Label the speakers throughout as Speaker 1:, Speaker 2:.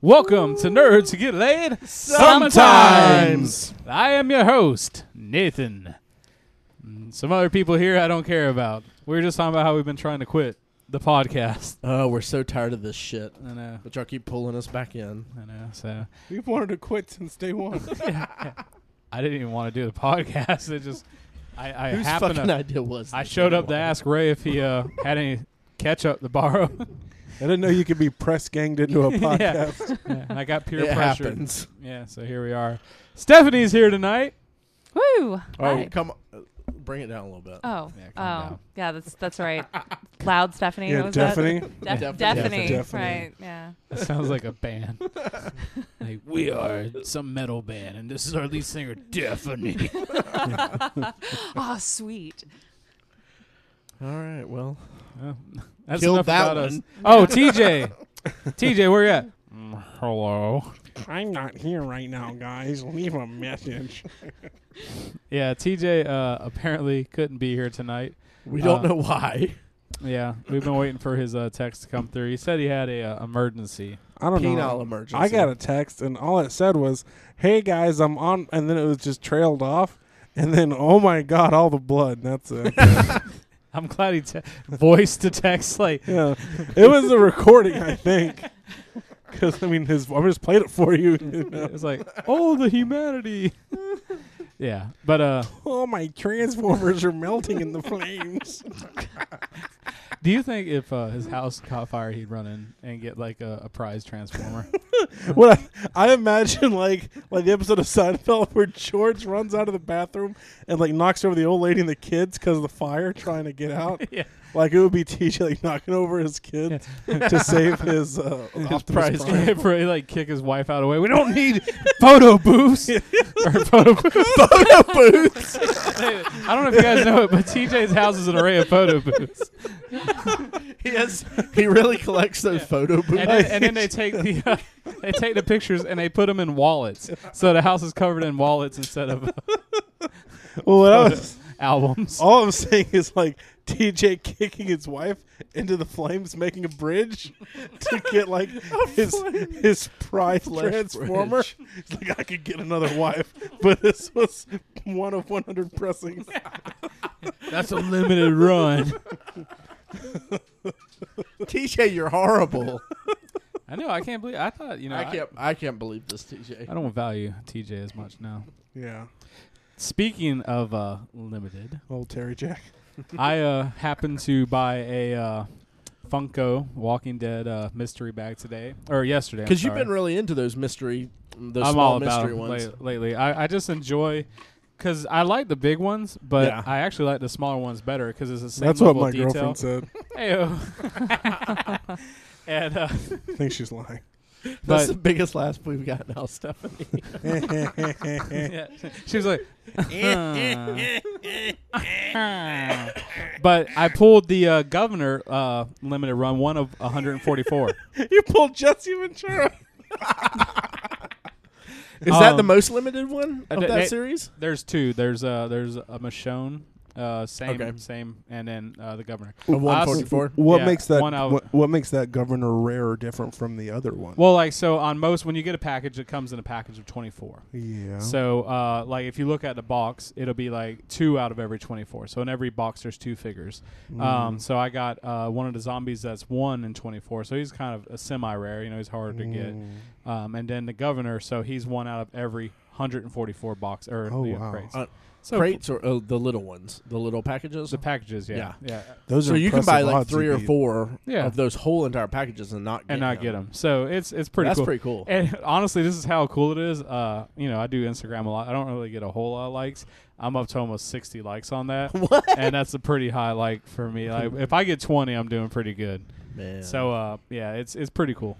Speaker 1: Welcome to Nerds Who Get Laid
Speaker 2: Sometimes.
Speaker 1: I am your host, Nathan. Mm, Some other people here I don't care about. We were just talking about how we've been trying to quit the podcast.
Speaker 2: Oh, we're so tired of this shit.
Speaker 1: I know,
Speaker 2: But y'all keep pulling us back in.
Speaker 1: I know. So
Speaker 3: We've wanted to quit since day one.
Speaker 1: I didn't even want to do the podcast. It just, I, I
Speaker 2: Whose
Speaker 1: happened
Speaker 2: fucking
Speaker 1: to,
Speaker 2: idea was
Speaker 1: I
Speaker 2: this?
Speaker 1: showed up to ask Ray if he uh, had any ketchup to borrow.
Speaker 3: I didn't know you could be press ganged into a
Speaker 1: Yeah.
Speaker 3: podcast.
Speaker 1: and I got peer
Speaker 2: It
Speaker 1: pressure.
Speaker 2: happens.
Speaker 1: Yeah, so here we are. Stephanie's here tonight.
Speaker 4: Woo!
Speaker 2: Oh,
Speaker 4: Hi.
Speaker 2: come on. Bring it down a little bit.
Speaker 4: Oh,
Speaker 1: Yeah,
Speaker 4: oh,
Speaker 1: calm down.
Speaker 4: yeah. That's that's right. Loud Stephanie.
Speaker 3: Yeah,
Speaker 4: what was
Speaker 3: Stephanie.
Speaker 4: That?
Speaker 2: Yeah.
Speaker 4: Def-
Speaker 2: Stephanie.
Speaker 4: Stephanie.
Speaker 3: Stephanie.
Speaker 4: Right. Yeah.
Speaker 1: That sounds like a band. like we are some metal band, and this is our lead singer, Stephanie.
Speaker 4: Oh, sweet.
Speaker 2: All right. Well,
Speaker 1: That's
Speaker 2: Killed
Speaker 1: enough
Speaker 2: that
Speaker 1: about us.
Speaker 2: one.
Speaker 1: Oh, TJ, TJ, where you at? Hello.
Speaker 3: I'm not here right now, guys. Leave a message.
Speaker 1: Yeah, TJ uh, apparently couldn't be here tonight.
Speaker 2: we don't
Speaker 1: Uh,
Speaker 2: know why.
Speaker 1: Yeah, we've been waiting for his uh, text to come through. He said he had a uh, emergency.
Speaker 3: I don't
Speaker 2: Penile
Speaker 3: know.
Speaker 2: emergency.
Speaker 3: I got a text, and all it said was, "Hey guys, I'm on," and then it was just trailed off. And then, oh my god, all the blood. That's it.
Speaker 1: I'm glad he te- voice to text like
Speaker 3: yeah, it was a recording, I think. Because I mean, his I just played it for you. you know.
Speaker 1: it's like oh the humanity. yeah, but uh,
Speaker 3: Oh my transformers are melting in the flames.
Speaker 1: do you think if uh, his house caught fire, he'd run in and get like a, a prize transformer?
Speaker 3: What I, I imagine, like like the episode of Seinfeld where George runs out of the bathroom and like knocks over the old lady and the kids because of the fire, trying to get out.
Speaker 1: yeah.
Speaker 3: Like it would be TJ like knocking over his kids to save his uh, Optimus
Speaker 2: prize.
Speaker 3: Prime.
Speaker 1: Yeah, for like kick his wife out of the way. We don't need photo booths or photo booths.
Speaker 2: photo booth.
Speaker 1: I don't know if you guys know it, but TJ's house is an array of photo booths,
Speaker 2: He has. He really collects those photo booths.
Speaker 1: and then, and then they take the uh, they take the pictures and they put them in wallets. So the house is covered in wallets instead of uh,
Speaker 3: Well, what I was,
Speaker 1: albums.
Speaker 3: all I'm saying is like TJ kicking his wife into the flames, making a bridge to get like his his prize
Speaker 2: Flesh
Speaker 3: transformer.
Speaker 2: bridge.
Speaker 3: He's like I could get another wife, but this was one of 100 pressings.
Speaker 1: That's a limited run.
Speaker 2: TJ, you're horrible.
Speaker 1: I know. I can't believe. I thought you know.
Speaker 2: I
Speaker 1: I,
Speaker 2: can't. I can't believe this, TJ.
Speaker 1: I don't value TJ as much now.
Speaker 3: Yeah,
Speaker 1: Speaking of uh, limited,
Speaker 3: old Terry Jack.
Speaker 1: I uh, happened to buy a uh, Funko Walking Dead uh, mystery bag today or yesterday.
Speaker 2: Because
Speaker 1: Because
Speaker 2: you've been really into those mystery, those
Speaker 1: I'm
Speaker 2: small
Speaker 1: all about
Speaker 2: mystery
Speaker 1: 'em
Speaker 2: ones.
Speaker 1: la- lately. I, I just enjoy because I like the big ones, but
Speaker 2: Yeah.
Speaker 1: I actually like the smaller ones better because it's the same
Speaker 3: That's what
Speaker 1: level
Speaker 3: my
Speaker 1: of detail.
Speaker 3: girlfriend said.
Speaker 1: Ayo. and uh,
Speaker 3: I think she's lying.
Speaker 2: That's
Speaker 1: but
Speaker 2: the biggest last we've got now, Stephanie.
Speaker 3: Eh.
Speaker 1: yeah. she was like, "Huh." but I pulled the uh, governor uh, limited run one of 144.
Speaker 3: you pulled Jesse Ventura.
Speaker 2: Is that the
Speaker 1: Um,
Speaker 2: most limited one of
Speaker 1: they-
Speaker 2: that
Speaker 1: they-
Speaker 2: series?
Speaker 1: There's two. There's uh there's a Michonne, uh same
Speaker 2: Okay.
Speaker 1: same, and then uh, the governor.
Speaker 2: Of
Speaker 1: I also-
Speaker 2: 144.
Speaker 3: What
Speaker 1: Yeah,
Speaker 3: makes that
Speaker 1: one out.
Speaker 3: what, what makes that governor rare or different from the other one?
Speaker 1: Well, like so on most when you get a package, it comes in a package of 24.
Speaker 3: yeah.
Speaker 1: So uh like if you look at the box, it'll be like two out of every 24. So in every box, there's two figures.
Speaker 3: Mm.
Speaker 1: Um, so I got uh one of the zombies that's one in 24. So he's kind of a semi rare. You know, he's harder to
Speaker 3: Mm.
Speaker 1: get. Um, and then the governor, so he's one out of every 144 box or
Speaker 3: Oh,
Speaker 1: you know,
Speaker 3: wow.
Speaker 1: crates.
Speaker 2: Uh,
Speaker 1: so
Speaker 2: Crates or oh, the little ones, the little packages.
Speaker 1: The packages, yeah, yeah.
Speaker 3: those
Speaker 2: so
Speaker 3: are
Speaker 2: you can buy
Speaker 3: impressive
Speaker 2: like
Speaker 3: odds you
Speaker 2: three or
Speaker 3: beat.
Speaker 2: four
Speaker 1: Yeah.
Speaker 2: of those whole entire packages and not get
Speaker 1: and not get them. So it's it's pretty
Speaker 2: That's
Speaker 1: cool.
Speaker 2: pretty cool.
Speaker 1: And honestly, this is how cool it is. Uh, you know, I do Instagram a lot. I don't really get a whole lot of likes. I'm up to almost 60 likes on that.
Speaker 2: What?
Speaker 1: And that's a pretty high like for me. Like if I get 20, I'm doing pretty good.
Speaker 2: Man,
Speaker 1: So uh, yeah, it's it's pretty cool.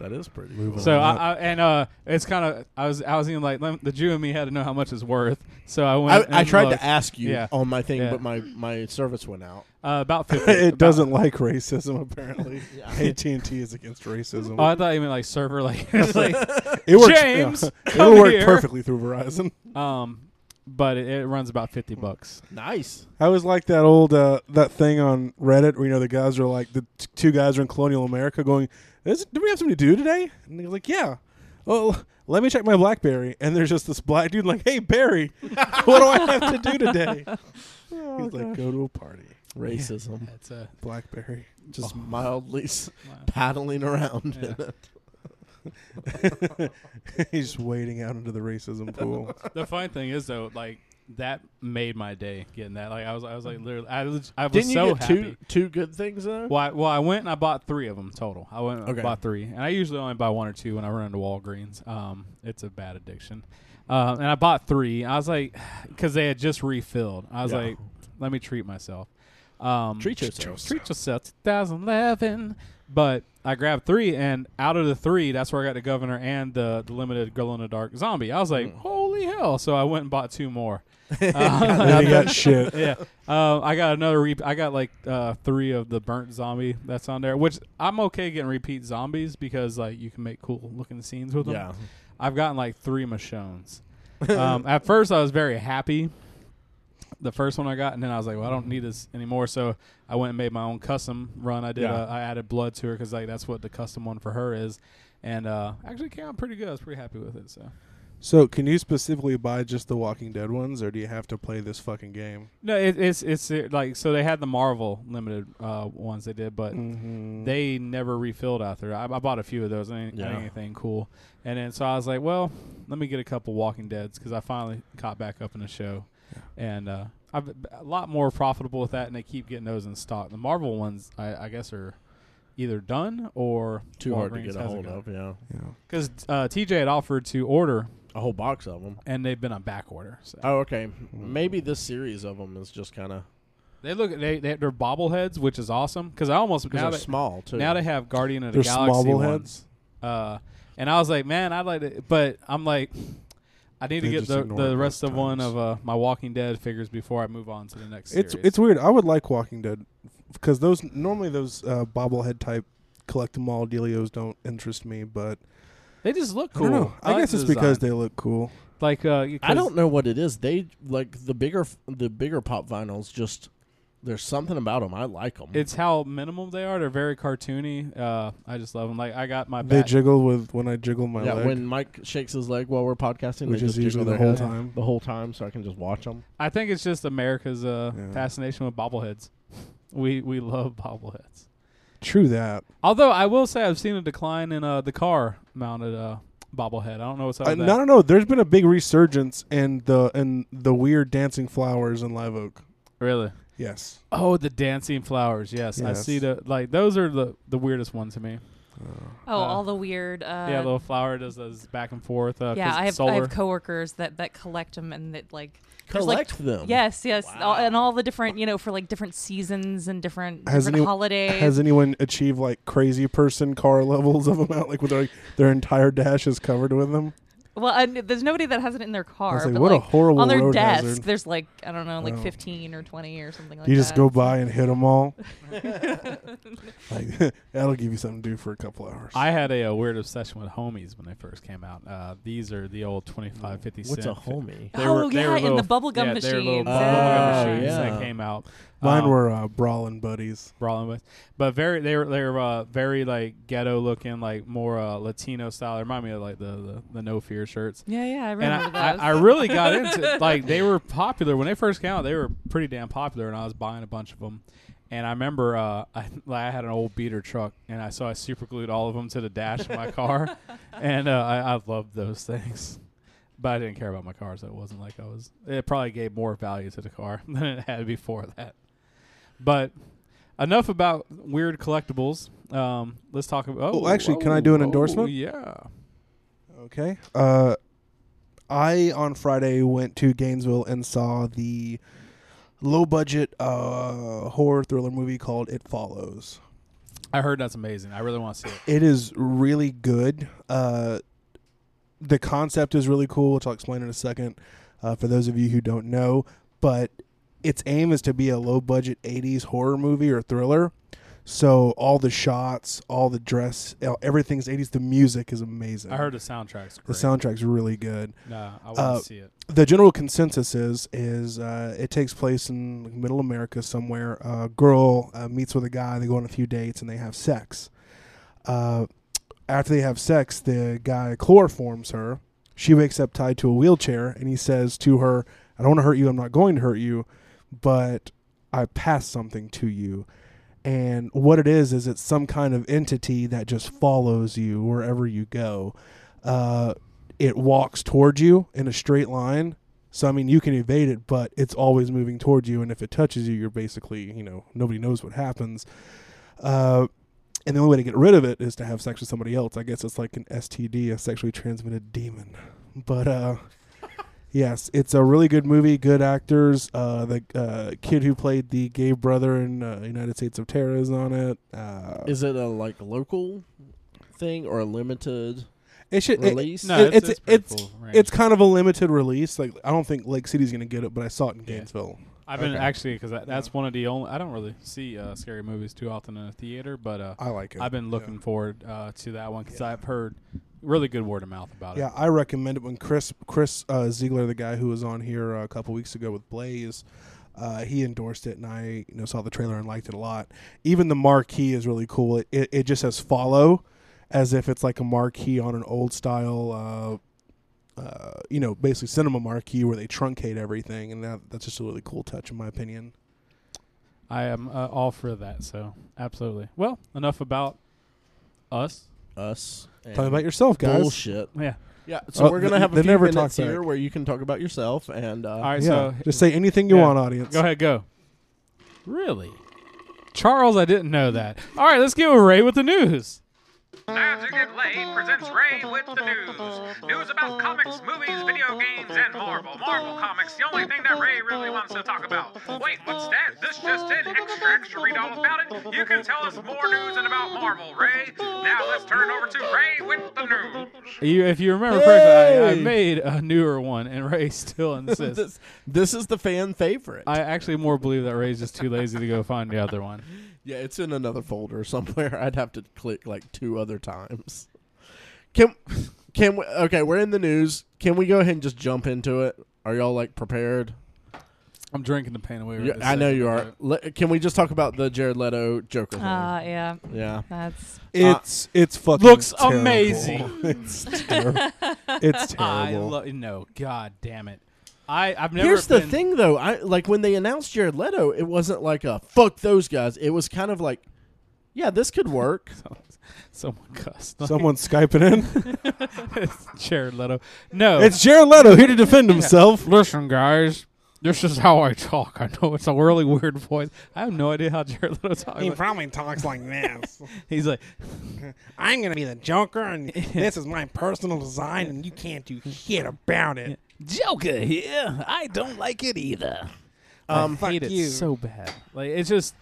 Speaker 2: that is pretty.
Speaker 3: Move
Speaker 2: Cool.
Speaker 3: on.
Speaker 1: So
Speaker 3: Wow.
Speaker 1: I, I and uh, it's kind of I was I was even like lem- the Jew in me had to know how much it's worth. So I went.
Speaker 2: I, I
Speaker 1: and
Speaker 2: tried
Speaker 1: looked.
Speaker 2: to ask you
Speaker 1: Yeah.
Speaker 2: on my thing,
Speaker 1: Yeah.
Speaker 2: but my my service went out.
Speaker 1: uh, about 50.
Speaker 3: it
Speaker 1: about-
Speaker 3: doesn't like racism apparently.
Speaker 2: Yeah.
Speaker 3: AT and T is against racism.
Speaker 1: Oh, I thought you meant like server like. it's like
Speaker 3: it works,
Speaker 1: James,
Speaker 3: yeah.
Speaker 1: come
Speaker 3: it'll work
Speaker 1: here.
Speaker 3: perfectly through Verizon.
Speaker 1: Um, but it, it runs about fifty bucks.
Speaker 2: Nice.
Speaker 3: I was like that old uh, that thing on Reddit where you know the guys are like the t- two guys are in colonial America going, Is, "Do we have something to do today?" And they're like, "Yeah." Oh, l- let me check my BlackBerry, and there's just this black dude like, "Hey Barry, what do I have to do today?"
Speaker 1: Oh,
Speaker 3: He's like, "Go to a party."
Speaker 2: Racism.
Speaker 1: That's uh, a
Speaker 3: BlackBerry.
Speaker 2: Just mildly s- paddling around. in
Speaker 1: Oh. Yeah.
Speaker 2: it.
Speaker 3: He's just wading out into the racism pool.
Speaker 1: the funny thing is though, like that made my day getting that. Like I was, I was like literally, I was, I was
Speaker 2: Didn't
Speaker 1: so
Speaker 2: you get
Speaker 1: happy.
Speaker 2: two two good things though?
Speaker 1: Well, I, well, I went and I bought three of them total. I went and
Speaker 2: Mm-hmm. Okay.
Speaker 1: bought three, and I usually only buy one or two when I run into Walgreens. Um, it's a bad addiction. Um, and I bought three. I was like, because they had just refilled. I was
Speaker 2: Yeah.
Speaker 1: like, let me treat myself. Um,
Speaker 2: Treat yourself.
Speaker 1: Treat yourself. 2011. But I grabbed three, and out of the three, that's where I got the governor and the, the limited glow in the dark zombie. I was like,
Speaker 2: Mm.
Speaker 1: holy hell! So I went and bought two more. Uh,
Speaker 3: and he got shit.
Speaker 1: yeah. Um, I got another. Re- I got like uh, three of the burnt zombie that's on there, which I'm okay getting repeat zombies because like you can make cool looking scenes with them.
Speaker 2: Yeah.
Speaker 1: I've gotten like three Michonnes. um, at first, I was very happy. The first one I got, and then I was like, "Well, I don't need this anymore." So I went and made my own custom run. I did.
Speaker 2: Yeah.
Speaker 1: uh, I added blood to her because like that's what the custom one for her is, and uh, actually came out pretty good. I was pretty happy with it. So
Speaker 3: So, can you specifically buy just the Walking Dead ones, or do you have to play this fucking game?
Speaker 1: no, it, it's it's uh, like so they had the Marvel limited uh, ones they did,
Speaker 2: Mm.
Speaker 1: but
Speaker 3: Mm-hmm.
Speaker 1: they never refilled out there. I, I bought a few of those. I didn't, I didn't
Speaker 2: Yeah.
Speaker 1: get anything cool. And then so I was like, well, let me get a couple Walking Deads because I finally caught back up in the show, and uh, I'm a lot more profitable with that. And they keep getting those in stock. The Marvel ones, I, I guess, are either done or
Speaker 2: Too hard to
Speaker 1: Walgreens
Speaker 2: get a
Speaker 1: hasn't
Speaker 2: hold
Speaker 1: got-
Speaker 2: of. Yeah.
Speaker 3: yeah.
Speaker 1: Because uh, TJ had offered to order,
Speaker 2: A whole box of them.
Speaker 1: and they've been on back order. So
Speaker 2: Oh, okay. Maybe this series of them is just kind of
Speaker 1: they look they, they they're bobbleheads, which is awesome. Because I almost now
Speaker 2: because
Speaker 1: that,
Speaker 2: they're small too.
Speaker 1: Now they have Guardian of the
Speaker 3: They're
Speaker 1: Galaxy
Speaker 3: smobble
Speaker 1: ones. Uh, and I was like, man, I'd like to, but I'm like, I need
Speaker 3: They
Speaker 1: to get
Speaker 3: just
Speaker 1: the,
Speaker 3: ignore
Speaker 1: the
Speaker 3: those
Speaker 1: rest of one
Speaker 3: times.
Speaker 1: of uh, my Walking Dead figures before I move on to the next.
Speaker 3: It's
Speaker 1: series.
Speaker 3: it's weird. I would like Walking Dead because those normally those uh, bobblehead type collect them all dealios don't interest me. But
Speaker 1: they just look
Speaker 3: I
Speaker 1: cool.
Speaker 3: don't know. I,
Speaker 1: like
Speaker 3: guess
Speaker 1: the
Speaker 3: it's because
Speaker 1: design.
Speaker 3: they look cool.
Speaker 1: like uh, 'cause-
Speaker 2: I don't know what it is. They like the bigger f- the bigger pop vinyls. Just there's something about them. I like them.
Speaker 1: It's how minimal they are. They're very cartoony. Uh, I just love them. Like I got my
Speaker 3: They
Speaker 1: bat.
Speaker 3: jiggle with when I jiggle my
Speaker 2: yeah.
Speaker 3: leg,
Speaker 2: When Mike shakes his leg while we're podcasting,
Speaker 3: which
Speaker 2: they
Speaker 3: is
Speaker 2: just jiggle
Speaker 3: usually the
Speaker 2: their
Speaker 3: whole
Speaker 2: head
Speaker 3: time.
Speaker 2: the whole time, so I can just watch them.
Speaker 1: I think it's just America's uh,
Speaker 3: Yeah.
Speaker 1: fascination with bobbleheads. we we love bobbleheads.
Speaker 3: True that.
Speaker 1: Although I will say I've seen a decline in uh, the car mounted uh, bobblehead. I don't know what's up.
Speaker 3: I,
Speaker 1: with that.
Speaker 3: no, no, no. There's been a big resurgence in the in the weird dancing flowers in Live Oak.
Speaker 1: Really?
Speaker 3: Yes.
Speaker 1: Oh, the dancing flowers. Yes, I
Speaker 3: Yes.
Speaker 1: see the like. Those are the the weirdest one to me.
Speaker 4: Oh,
Speaker 1: Uh,
Speaker 4: all the weird. Uh,
Speaker 1: yeah, little flower does those back and forth. Uh, 'cause
Speaker 4: yeah, I have
Speaker 1: solar.
Speaker 4: I have coworkers that that collect them and that like there's, like,
Speaker 2: Collect them.
Speaker 3: Um,
Speaker 4: Yes, yes,
Speaker 2: Wow.
Speaker 4: all, and all the different you know for like different seasons and different,
Speaker 3: Has
Speaker 4: different
Speaker 3: any-
Speaker 4: holidays.
Speaker 3: Has anyone achieved like crazy person car levels of them out, like with their their entire dash is covered with them?
Speaker 4: well, and there's nobody that has it in their
Speaker 3: I
Speaker 4: car,
Speaker 3: was like,
Speaker 4: but
Speaker 3: what a
Speaker 4: like
Speaker 3: horrible
Speaker 4: on their
Speaker 3: road
Speaker 4: desk,
Speaker 3: hazard.
Speaker 4: there's like I don't know, like
Speaker 3: Oh.
Speaker 4: 15 or 20 or something like
Speaker 3: you
Speaker 4: that.
Speaker 3: just go by and hit them all. like that'll give you something to do for a couple hours.
Speaker 1: I had a, uh weird obsession with homies when they first came out. Uh, these are the old 25, 50
Speaker 2: What's a
Speaker 1: cent-
Speaker 2: homie?
Speaker 1: They
Speaker 4: Oh,
Speaker 1: were, they
Speaker 4: yeah,
Speaker 1: were
Speaker 4: and the
Speaker 1: little-
Speaker 4: bubble gum
Speaker 1: yeah, They were little
Speaker 4: machines.
Speaker 1: bubble gum
Speaker 2: Oh,
Speaker 1: machines
Speaker 2: yeah.
Speaker 1: that came out.
Speaker 3: Mine
Speaker 1: Um,
Speaker 3: were uh, brawling buddies.
Speaker 1: brawling with, but very they were they were uh, very like ghetto looking, like more uh, Latino style. They remind me of like the the, the No Fear shirts.
Speaker 4: Yeah, yeah, I
Speaker 1: and
Speaker 4: remember
Speaker 1: I, I,
Speaker 4: those.
Speaker 1: I really got into like they were popular when they first came out. They were pretty damn popular, and I was buying a bunch of them. And I remember uh, I, like, I had an old beater truck, and I so I super glued all of them to the dash of my car, and uh, I, I loved those things. But I didn't care about my car, so it wasn't like I was. It probably gave more value to the car than it had before that. But enough about weird collectibles. Um, let's talk about.
Speaker 3: Oh, actually, can I do an
Speaker 1: oh,
Speaker 3: endorsement?
Speaker 1: Yeah.
Speaker 3: Okay. Uh, I on Friday went to Gainesville and saw the low budget uh, horror thriller movie called It Follows.
Speaker 1: I heard that's amazing. I really want to see it.
Speaker 3: It is really good. Uh, the concept is really cool, which I'll explain in a second uh, for those of you who don't know. But its aim is to be a low budget 80s horror movie or thriller. So all the shots, all the dress, el- everything's 80s. The music is amazing.
Speaker 1: I heard the soundtrack's great.
Speaker 3: the soundtrack's really good.
Speaker 1: Nah, I want
Speaker 3: uh,
Speaker 1: to see it.
Speaker 3: The general consensus is is uh, it takes place in middle America somewhere. A girl uh, meets with a guy. They go on a few dates and they have sex. Uh, after they have sex, the guy chloroforms her. She wakes up tied to a wheelchair, and he says to her, "I don't want to hurt you. I'm not going to hurt you, but I passed something to you." And what it is is it's some kind of entity that just follows you wherever you go. Uh, it walks towards you in a straight line. So I mean, you can evade it, but it's always moving towards you, and if it touches you, you're basically, you know, nobody knows what happens. Uh, and the only way to get rid of it is to have sex with somebody else. I guess it's like an STD, a sexually transmitted demon. But uh, yes, it's a really good movie. Good actors. Uh, the uh, kid who played the gay brother in uh, United States of Terror is on it. Uh,
Speaker 2: Is it a like local thing or a limited
Speaker 3: it should. it-
Speaker 2: release?
Speaker 1: No,
Speaker 3: it-
Speaker 1: it's
Speaker 3: it's-
Speaker 1: it's, pretty
Speaker 3: it's-
Speaker 1: cool range.
Speaker 3: it's kind of a limited release. Like I don't think Lake City's gonna get it, but I saw it in
Speaker 1: Yeah.
Speaker 3: Gainesville.
Speaker 1: I've been
Speaker 3: okay.
Speaker 1: actually because that, that's one of the only. I don't really see uh, scary movies too often in a theater, but uh,
Speaker 3: I like it.
Speaker 1: I've been looking forward uh, to that one because I've heard really good word of mouth about
Speaker 3: Yeah,
Speaker 1: it.
Speaker 3: I recommend it. When Chris Chris uh, Ziegler, the guy who was on here uh, a couple weeks ago with Blaze, uh, he endorsed it, and I you know saw the trailer and liked it a lot. Even the marquee is really cool. It it, it just says follow, as if it's like a marquee on an old style. Uh, uh, you know, basically cinema marquee where they truncate everything, and that, that's just a really cool touch, in my opinion.
Speaker 1: I am uh, all for that. So absolutely. Well, enough about us.
Speaker 2: Us.
Speaker 3: Tell me
Speaker 2: and
Speaker 3: about yourself, guys.
Speaker 2: Bullshit.
Speaker 1: Yeah.
Speaker 2: Yeah. So
Speaker 3: Oh,
Speaker 2: we're
Speaker 3: they-
Speaker 2: gonna have
Speaker 3: they
Speaker 2: a few
Speaker 3: never
Speaker 2: minutes
Speaker 3: talk back.
Speaker 2: here where you can talk about yourself and uh,
Speaker 1: All right.
Speaker 3: yeah,
Speaker 1: So
Speaker 3: just say anything you
Speaker 1: yeah.
Speaker 3: want, audience.
Speaker 1: Go ahead, go. Really? Charles, I didn't know that. All right, let's give a Ray with the news.
Speaker 5: Magic and Lane presents Ray with the news. News about comics, movies, video games, and Marvel. Marvel Comics, the only thing that Ray really wants to talk about. Wait, what's that? This just in. Extra, extra, read all about it. You can tell us more news and about Marvel, Ray. Now let's turn over to Ray with the news.
Speaker 1: You, if you remember correctly, I, I
Speaker 2: Hey!
Speaker 1: made a newer one, and Ray still insists.
Speaker 2: this, this is the fan favorite.
Speaker 1: I actually more believe that Ray's just too lazy to go find the other one.
Speaker 2: yeah, it's in another folder somewhere. I'd have to click like two other times. Can can we, okay, we're in the news. Can we go ahead and just jump into it? Are y'all like prepared?
Speaker 1: I'm drinking the pain away. right
Speaker 2: You-
Speaker 1: this
Speaker 2: I know
Speaker 1: second,
Speaker 2: you are.
Speaker 1: but-
Speaker 2: Le- can we just talk about the Jared Leto Joker thing?
Speaker 4: Ah, yeah.
Speaker 2: yeah.
Speaker 4: That's
Speaker 3: It's it's fucking
Speaker 1: Looks
Speaker 3: terrible.
Speaker 1: amazing.
Speaker 3: it's terrible. it's terrible.
Speaker 1: I lo- no, god damn it. I I've never.
Speaker 2: Here's the
Speaker 1: been-
Speaker 2: thing, though. I like when they announced Jared Leto. It wasn't like a fuck those guys. It was kind of like, yeah, this could work.
Speaker 1: Someone cussed.
Speaker 3: Someone skyping in.
Speaker 1: It's Jared Leto. No,
Speaker 3: It's Jared Leto here to defend himself.
Speaker 1: Listen, guys, this is how I talk. I know it's a really weird voice. I have no idea how Jared Leto talks.
Speaker 6: He probably talks like this.
Speaker 1: He's like,
Speaker 6: I'm gonna be the Joker, and this is my personal design, and you can't do shit about it.
Speaker 1: Joker here. I don't like it either.
Speaker 2: Um,
Speaker 1: I hate
Speaker 6: fuck
Speaker 1: it
Speaker 6: you.
Speaker 1: so bad. Like it's just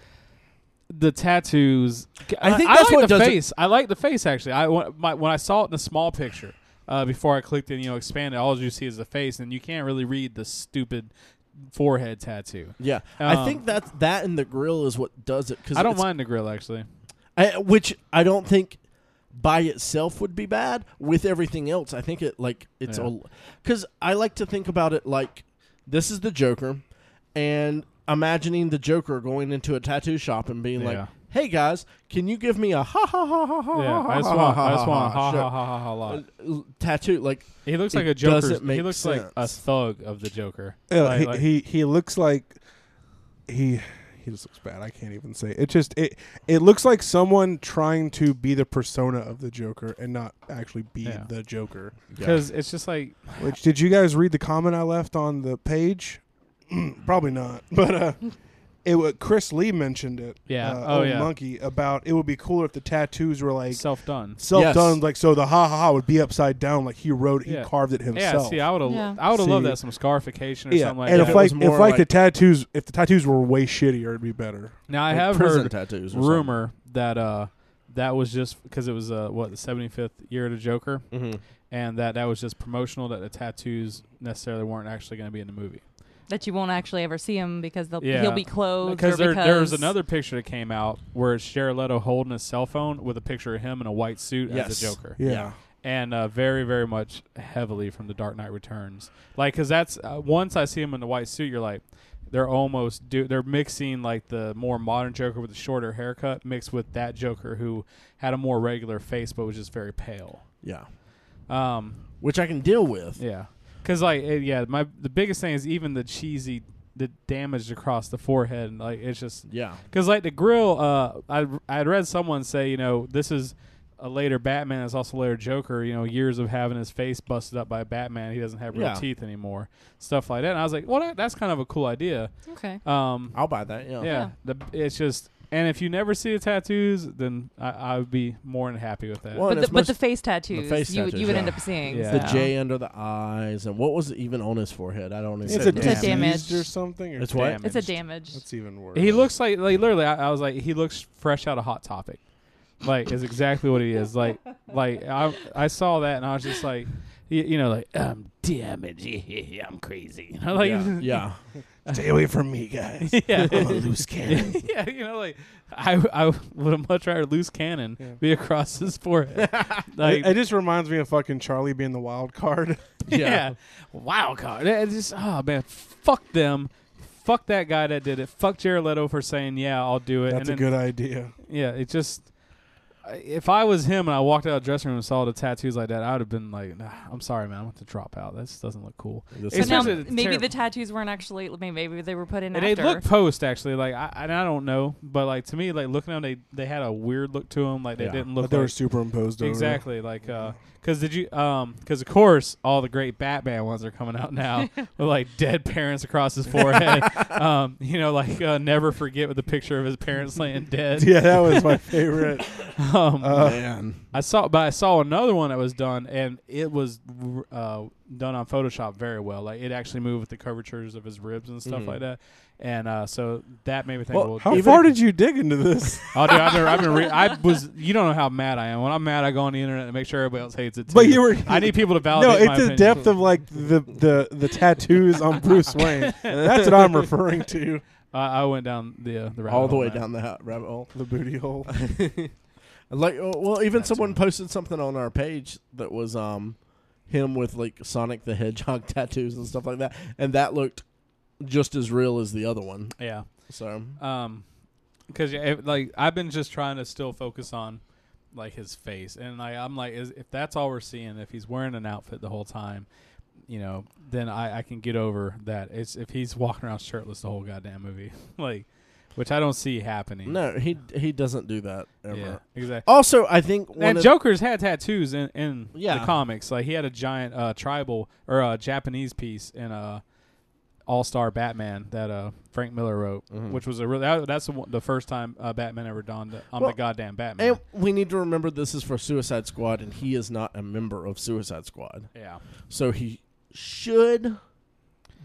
Speaker 1: the tattoos.
Speaker 2: I think
Speaker 1: I
Speaker 2: that's
Speaker 1: like
Speaker 2: what
Speaker 1: the
Speaker 2: does it-
Speaker 1: face. I like the face actually. I when, my, when I saw it in the small picture uh, before I clicked and you know expanded, all you see is the face, and you can't really read the stupid forehead tattoo.
Speaker 2: Yeah, I
Speaker 1: Um,
Speaker 2: think that that and the grill is what does it. Because
Speaker 1: I don't mind the grill actually.
Speaker 2: I, which I don't think by itself would be bad. With everything else, I think it like it's
Speaker 1: Yeah.
Speaker 2: all because I like to think about it like this is the Joker, and imagining the Joker going into a tattoo shop and being
Speaker 1: Yeah.
Speaker 2: like, "Hey guys, can you give me a ha ha ha ha ha
Speaker 1: Yeah,
Speaker 2: ha
Speaker 1: I just
Speaker 2: ha,
Speaker 1: want,
Speaker 2: ha,
Speaker 1: I just
Speaker 2: ha,
Speaker 1: want
Speaker 2: ha,
Speaker 1: ha
Speaker 2: sure." Uh,
Speaker 1: ha ha ha ha. lot.
Speaker 2: L- tattoo like
Speaker 1: He looks
Speaker 2: It
Speaker 1: like a Joker.
Speaker 2: doesn't make
Speaker 1: He looks like a
Speaker 2: sense.
Speaker 1: thug of the Joker.
Speaker 3: Uh,
Speaker 1: Like-
Speaker 3: he,
Speaker 1: like-
Speaker 3: he he looks like he he just looks bad. I can't even say it. Just it it looks like someone trying to be the persona of the Joker and not actually be
Speaker 1: Yeah.
Speaker 3: the Joker.
Speaker 1: because it's just like
Speaker 3: Which did you guys read the comment I left on the page? Probably not, but uh, it wa- Chris Lee mentioned it.
Speaker 1: Yeah.
Speaker 3: uh,
Speaker 1: Oh,
Speaker 3: old
Speaker 1: yeah.
Speaker 3: monkey about it would be cooler if the tattoos were like
Speaker 1: self done.
Speaker 3: self done.
Speaker 2: Yes.
Speaker 3: Like so, the ha ha ha would be upside down. Like he wrote, he
Speaker 1: Yeah.
Speaker 3: carved it
Speaker 1: Yeah,
Speaker 3: himself.
Speaker 1: see, I would have,
Speaker 4: Yeah.
Speaker 1: I would have loved
Speaker 3: See.
Speaker 1: that some scarification or
Speaker 3: Yeah,
Speaker 1: something like
Speaker 3: and
Speaker 1: that.
Speaker 3: if
Speaker 2: It
Speaker 3: like
Speaker 2: was
Speaker 3: if
Speaker 2: more
Speaker 3: like, the
Speaker 2: like-
Speaker 3: tattoos, if the tattoos were way shittier, it'd be better.
Speaker 1: now I
Speaker 2: like
Speaker 1: have
Speaker 2: prison
Speaker 1: heard
Speaker 2: tattoos. or
Speaker 1: rumor that uh that was just because it was uh what the 75th year of the Joker,
Speaker 2: something.
Speaker 1: and that that was just promotional that the tattoos necessarily weren't actually going to be in the movie.
Speaker 4: that you won't actually ever see him because they'll,
Speaker 1: Yeah.
Speaker 4: he'll be clothed.
Speaker 1: Because
Speaker 4: or
Speaker 1: there, there was
Speaker 4: because-
Speaker 1: another picture that came out where it's Jared Leto holding his cell phone with a picture of him in a white suit
Speaker 2: Yes.
Speaker 1: as the Joker.
Speaker 3: Yeah.
Speaker 2: Yeah.
Speaker 1: and uh, very, very much heavily from The Dark Knight Returns. Like, because that's uh, once I see him in the white suit, you're like, they're almost do they're mixing like the more modern Joker with the shorter haircut mixed with that Joker who had a more regular face but was just very pale.
Speaker 2: Yeah.
Speaker 1: Um,
Speaker 2: Which I can deal with.
Speaker 1: yeah, because like it, yeah, my the biggest thing is even the cheesy the damage across the forehead. and, Like it's just
Speaker 2: Yeah.
Speaker 1: because like the grill, uh, I I had read someone say, you know, this is a later Batman. It's also later Joker. You know, years of having his face busted up by Batman. He doesn't have real
Speaker 2: Yeah.
Speaker 1: teeth anymore. Stuff like that. And I was like, well, that, that's kind of a cool idea.
Speaker 4: Okay.
Speaker 2: Oh,
Speaker 1: Um,
Speaker 2: I'll buy that. Yeah.
Speaker 1: yeah, the, it's just, and if you never see the tattoos, then I, I would be more than happy with that.
Speaker 2: Well,
Speaker 4: But
Speaker 2: and
Speaker 4: the,
Speaker 2: it's
Speaker 4: but the
Speaker 2: most-
Speaker 4: face tattoos,
Speaker 2: face
Speaker 4: you, would-
Speaker 2: tattoos,
Speaker 4: you would
Speaker 2: yeah.
Speaker 4: end up seeing.
Speaker 1: Yeah.
Speaker 2: The
Speaker 4: so.
Speaker 2: J under the eyes and what was even on his forehead? I don't even
Speaker 3: It's
Speaker 2: know.
Speaker 3: a
Speaker 4: It's a
Speaker 3: diseased
Speaker 4: damage.
Speaker 3: or something. Or
Speaker 2: It's what?
Speaker 1: Damn.
Speaker 4: It's a damage.
Speaker 3: That's even worse.
Speaker 1: He looks like, like literally. I, I was like, he looks fresh out of Hot Topic. Like is exactly what he is. Like, like I I saw that and I was just like, you, you know, like um, I'm damaged. I'm crazy. You know, like
Speaker 2: Yeah. yeah.
Speaker 6: Stay away from me, guys.
Speaker 1: yeah.
Speaker 6: I'm a loose cannon.
Speaker 1: yeah, you know, like I I would have much rather loose cannon
Speaker 3: Yeah.
Speaker 1: be across his forehead. like,
Speaker 3: It, it just reminds me of fucking Charlie being the wild card.
Speaker 1: yeah. wow, card. It- It's just oh man, fuck them. Fuck that guy that did it. Fuck Jared Leto for saying yeah, I'll do it.
Speaker 3: That's
Speaker 1: and
Speaker 3: a
Speaker 1: then
Speaker 3: good idea.
Speaker 1: Yeah, it just. I- If I was him and I walked out of the dressing room and saw the tattoos like that, I would have been like, nah, "I'm sorry, man, I'm going to drop out. This doesn't look cool."
Speaker 2: This
Speaker 4: So
Speaker 1: It's
Speaker 2: is-
Speaker 4: now
Speaker 1: actually
Speaker 4: maybe
Speaker 1: terrible.
Speaker 4: the tattoos weren't actually. maybe- Maybe they were put in
Speaker 1: And they
Speaker 4: after.
Speaker 1: look post actually, like I and I don't know, but like to me, like looking at them, they they had a weird look to them, like they
Speaker 2: Yeah.
Speaker 1: didn't
Speaker 3: But
Speaker 1: look
Speaker 3: they were
Speaker 1: like-
Speaker 3: superimposed over.
Speaker 1: exactly like uh, because did you um because of course all the great Batman ones are coming out now with like dead parents across his forehead, um you know like uh, never forget with the picture of his parents laying dead.
Speaker 3: Yeah, Uh, that was my favorite.
Speaker 1: Um,
Speaker 2: Man.
Speaker 1: I saw, but I saw another one that was done, and it was uh, done on Photoshop very well. Like it actually moved with the curvatures of his ribs and stuff
Speaker 2: Mhm.
Speaker 1: like that. And uh, so that made me think,
Speaker 2: Well,
Speaker 1: well,
Speaker 3: How
Speaker 2: Even-
Speaker 3: far did you dig into this?
Speaker 1: oh, dude, I've been, I've been, re- I was, you don't know how mad I am. When I'm mad, I go on the internet and make sure everybody else hates it. Too.
Speaker 3: But you were-
Speaker 1: I need people to validate.
Speaker 3: no,
Speaker 1: my
Speaker 3: it's the
Speaker 1: opinion.
Speaker 3: depth of like the the the tattoos on Bruce Wayne. That's what I'm referring to.
Speaker 1: I I went down the uh, the rabbit
Speaker 2: All the
Speaker 1: hole,
Speaker 2: way
Speaker 1: man.
Speaker 2: down the ha- rabbit hole.
Speaker 3: The booty hole.
Speaker 2: like, oh, well, even
Speaker 1: That's
Speaker 2: someone
Speaker 1: right.
Speaker 2: posted something on our page that was um him with like Sonic the Hedgehog tattoos and stuff like that, and that looked just as real as the other one.
Speaker 1: Yeah.
Speaker 2: So
Speaker 1: um because yeah, it- like i've been just trying to still focus on like his face and like i'm like is, if that's all we're seeing if he's wearing an outfit the whole time you know then i i can get over that it's if he's walking around shirtless the whole goddamn movie like which i don't see happening
Speaker 2: no, he he doesn't do that ever.
Speaker 1: yeah exactly
Speaker 2: Also, I think one
Speaker 1: and
Speaker 2: of-
Speaker 1: Joker's had tattoos in, in
Speaker 2: Yeah.
Speaker 1: the comics. Like he had a giant uh, tribal or uh, Japanese piece in uh, All Star Batman that uh, Frank Miller wrote,
Speaker 2: Mhm.
Speaker 1: which was a really that, that's the, one- the first time uh, Batman ever donned the, I'm
Speaker 2: Well,
Speaker 1: the goddamn Batman.
Speaker 2: and we need to remember this is for Suicide Squad, and he is not a member of Suicide Squad,
Speaker 1: yeah,
Speaker 2: so he should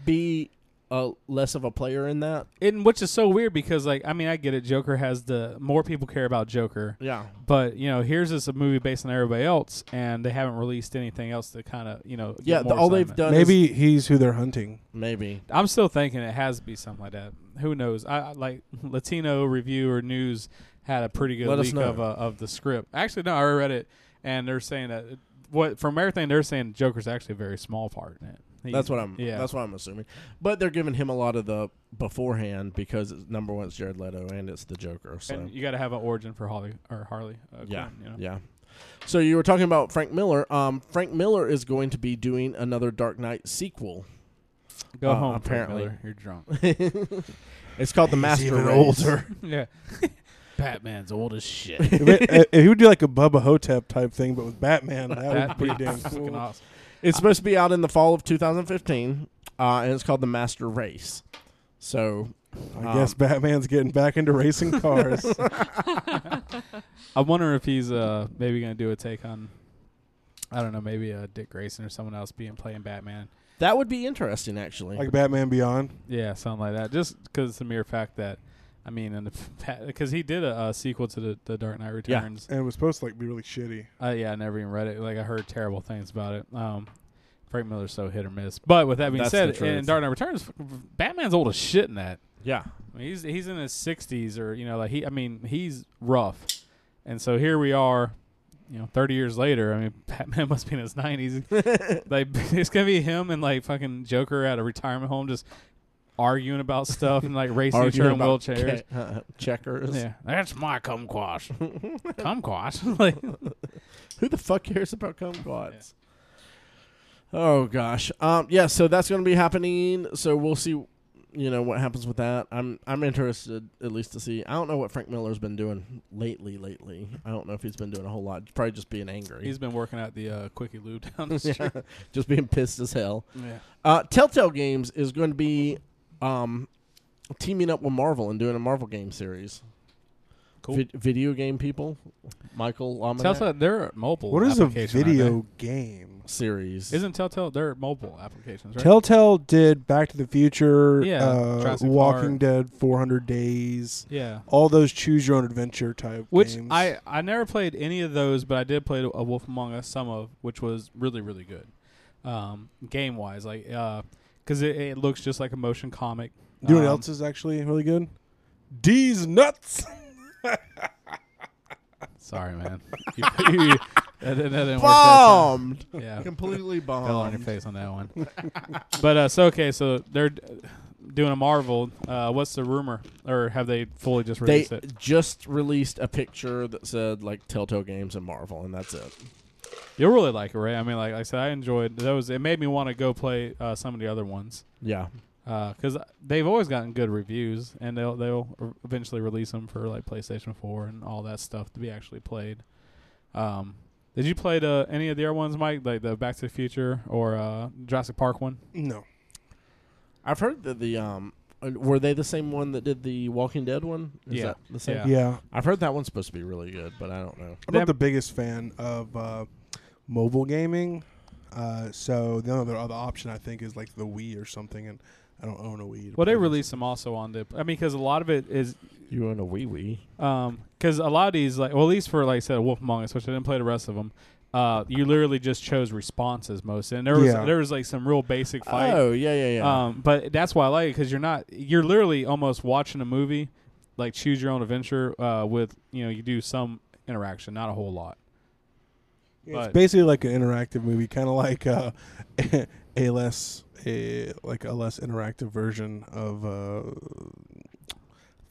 Speaker 2: be uh, less of a player in that.
Speaker 1: and which is so weird because like I mean I get it. Joker has the more people care about Joker,
Speaker 2: Yeah,
Speaker 1: but you know here's this a movie based on everybody else, and they haven't released anything else to kind of you know get
Speaker 2: yeah. The,
Speaker 1: more
Speaker 2: all they've
Speaker 1: excitement.
Speaker 2: done is-
Speaker 3: Maybe he's who they're hunting.
Speaker 2: maybe
Speaker 1: I'm still thinking it has to be something like that. Who knows? I, I like Latino Review or News had a pretty good
Speaker 2: Let us
Speaker 1: leak
Speaker 2: know.
Speaker 1: of uh, of the script. Actually, no, I read it, and they're saying that what from everything they're saying, Joker's actually a very small part in it. He-
Speaker 2: That's what I'm.
Speaker 1: Yeah.
Speaker 2: That's what I'm assuming. But they're giving him a lot of the beforehand because it's, number one, it's Jared Leto and it's the Joker. So
Speaker 1: and you got to have an origin for Holly or Harley. Uh,
Speaker 2: yeah,
Speaker 1: Quinn, you know?
Speaker 2: yeah. So you were talking about Frank Miller. Um, Frank Miller is going to be doing another Dark Knight sequel.
Speaker 1: Go
Speaker 2: Uh,
Speaker 1: home, Frank
Speaker 2: apparently.
Speaker 1: Miller. you're drunk.
Speaker 2: It's called the Master
Speaker 6: even
Speaker 2: Race.
Speaker 6: older.
Speaker 1: yeah,
Speaker 7: Batman's old as shit.
Speaker 3: if, it, uh, if he would do like a Bubba Hotep type thing, but with Batman, that would
Speaker 1: that'd
Speaker 3: be
Speaker 1: be
Speaker 3: pretty damn
Speaker 1: fucking
Speaker 3: cool.
Speaker 1: awesome.
Speaker 2: It's supposed to be out in the fall of 2015, uh, and it's called the Master Race. So
Speaker 3: I guess Batman's getting back into racing cars.
Speaker 1: I'm wondering if he's uh maybe gonna do a take on. I don't know, maybe uh, Dick Grayson or someone else being playing Batman.
Speaker 2: that would be interesting, actually.
Speaker 3: like Batman Beyond.
Speaker 1: Yeah, something like that. Just because the mere fact that, I mean, and because he did a, a sequel to the, the Dark Knight
Speaker 2: Yeah.
Speaker 1: Returns.
Speaker 3: And it was supposed to like be really shitty.
Speaker 1: Uh, yeah, I never even read it. Like I heard terrible things about it. Um, Frank Miller's so hit or miss. But with that being
Speaker 8: That's the
Speaker 1: said,
Speaker 8: truth.
Speaker 1: in Dark Knight Returns, Batman's old as shit in that.
Speaker 8: Yeah.
Speaker 1: I mean, he's he's in his sixties, or you know, like he. I mean, he's rough, and so here we are, you know, thirty years later. I mean, Batman must be in his nineties. like it's gonna be him and like fucking Joker at a retirement home, just arguing about stuff and like racing each other in
Speaker 2: Arguing about
Speaker 1: wheelchairs.
Speaker 2: ca- uh, checkers.
Speaker 1: Yeah, that's my kumquash. kumquash, like
Speaker 2: Who the fuck cares about kumquats? Oh gosh. Um. Yeah. So that's going to be happening. So we'll see. You know what happens with that. I'm I'm interested at least to see. I don't know what Frank Miller's been doing lately. Lately, I don't know if he's been doing a whole lot. Probably just being angry.
Speaker 1: he's been working at the uh, quickie lube down the street.
Speaker 2: just being pissed as hell.
Speaker 1: Yeah.
Speaker 2: Uh, Telltale Games is going to be um, teaming up with Marvel and doing a Marvel game series.
Speaker 1: Cool.
Speaker 2: Vid- video game people, Michael Lominick
Speaker 1: Telltale, they're mobile.
Speaker 3: What is a
Speaker 1: application, aren't they?
Speaker 3: video game?
Speaker 2: series.
Speaker 1: Isn't Telltale their mobile applications? Right?
Speaker 3: Telltale did Back to the Future,
Speaker 1: Yeah,
Speaker 3: uh,
Speaker 1: Jurassic
Speaker 3: Walking
Speaker 1: Park.
Speaker 3: Dead, 400 Days,
Speaker 1: yeah.
Speaker 3: all those choose your own adventure type
Speaker 1: Which
Speaker 3: games.
Speaker 1: I I never played any of those, but I did play a Wolf Among Us some of, which was really really good, um, game wise. Like, because it, it looks just like a motion comic.
Speaker 3: Do you
Speaker 1: um,
Speaker 3: know what else is actually really good? D's nuts.
Speaker 1: Sorry, man. You- you- that, didn't- that didn't
Speaker 2: bombed,
Speaker 1: work. That time. Yeah,
Speaker 2: completely bombed.
Speaker 1: fell on your face on that one. but uh, so okay, so they're d- doing a Marvel. Uh, what's the rumor, or have they fully just
Speaker 2: They
Speaker 1: released it?
Speaker 2: just released a picture that said like Telltale Games and Marvel, and that's it.
Speaker 1: You'll really like it, right? I mean, like I said, I enjoyed those. It made me want to go play uh, some of the other ones.
Speaker 2: Yeah,
Speaker 1: because Uh, they've always gotten good reviews, and they'll they'll r- eventually release them for like PlayStation Four and all that stuff to be actually played. Um, did you play the any of the other ones, Mike? Like the Back to the Future or uh, Jurassic Park one?
Speaker 3: no.
Speaker 2: I've heard that the um, uh, were they the same one that did the Walking Dead one? Is
Speaker 1: Yeah.
Speaker 2: that the same?
Speaker 1: Yeah.
Speaker 3: Yeah.
Speaker 2: I've heard that one's supposed to be really good, but I don't know.
Speaker 3: I'm
Speaker 1: Them-
Speaker 3: not the biggest fan of uh, mobile gaming. Uh, so the only other, other option I think is like the Wii or something, and I don't own a Wii. to
Speaker 1: Well, they
Speaker 3: play this.
Speaker 1: released them also on the. I mean, because a lot of it is
Speaker 2: You own a wee wee.
Speaker 1: because a lot of these, like, well, at least for like I said, Wolf Among Us, which I didn't play the rest of them. Uh, you literally just chose responses most, and there was
Speaker 3: Yeah.
Speaker 1: there was like some real basic fight.
Speaker 2: Oh yeah, yeah, yeah.
Speaker 1: Um, but that's why I like it because you're not you're literally almost watching a movie, like choose your own adventure uh, with you know you do some interaction, not a whole lot.
Speaker 3: It's
Speaker 1: But-
Speaker 3: basically like an interactive movie, kind of like uh, a less a like a less interactive version of uh,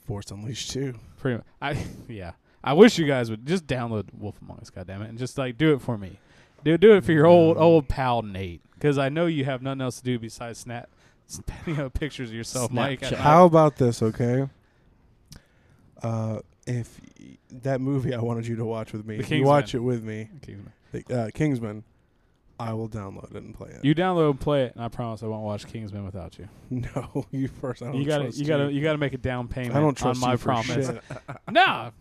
Speaker 3: Force Unleashed Two.
Speaker 1: Pretty much, I yeah. I wish you guys would just download Wolf Among Us, goddammit, and just like do it for me, do do it for your old old pal Nate because I know you have nothing else to do besides snap. You know, pictures of yourself, Mike. at
Speaker 2: Snapchat.
Speaker 1: night.
Speaker 3: How about this? Okay, uh, if y- that movie I wanted you to watch with me,
Speaker 1: The
Speaker 3: if you watch
Speaker 1: Kingsman.
Speaker 3: it with me, the, uh, Kingsman. I will download it and play it.
Speaker 1: You download and play it, and I promise I won't watch Kingsman without you.
Speaker 3: no, you first. I don't
Speaker 1: You gotta,
Speaker 3: trust
Speaker 1: you gotta,
Speaker 3: you.
Speaker 1: you gotta make a down payment.
Speaker 3: I don't trust
Speaker 1: on my
Speaker 3: you for
Speaker 1: promise.
Speaker 3: shit.
Speaker 1: No.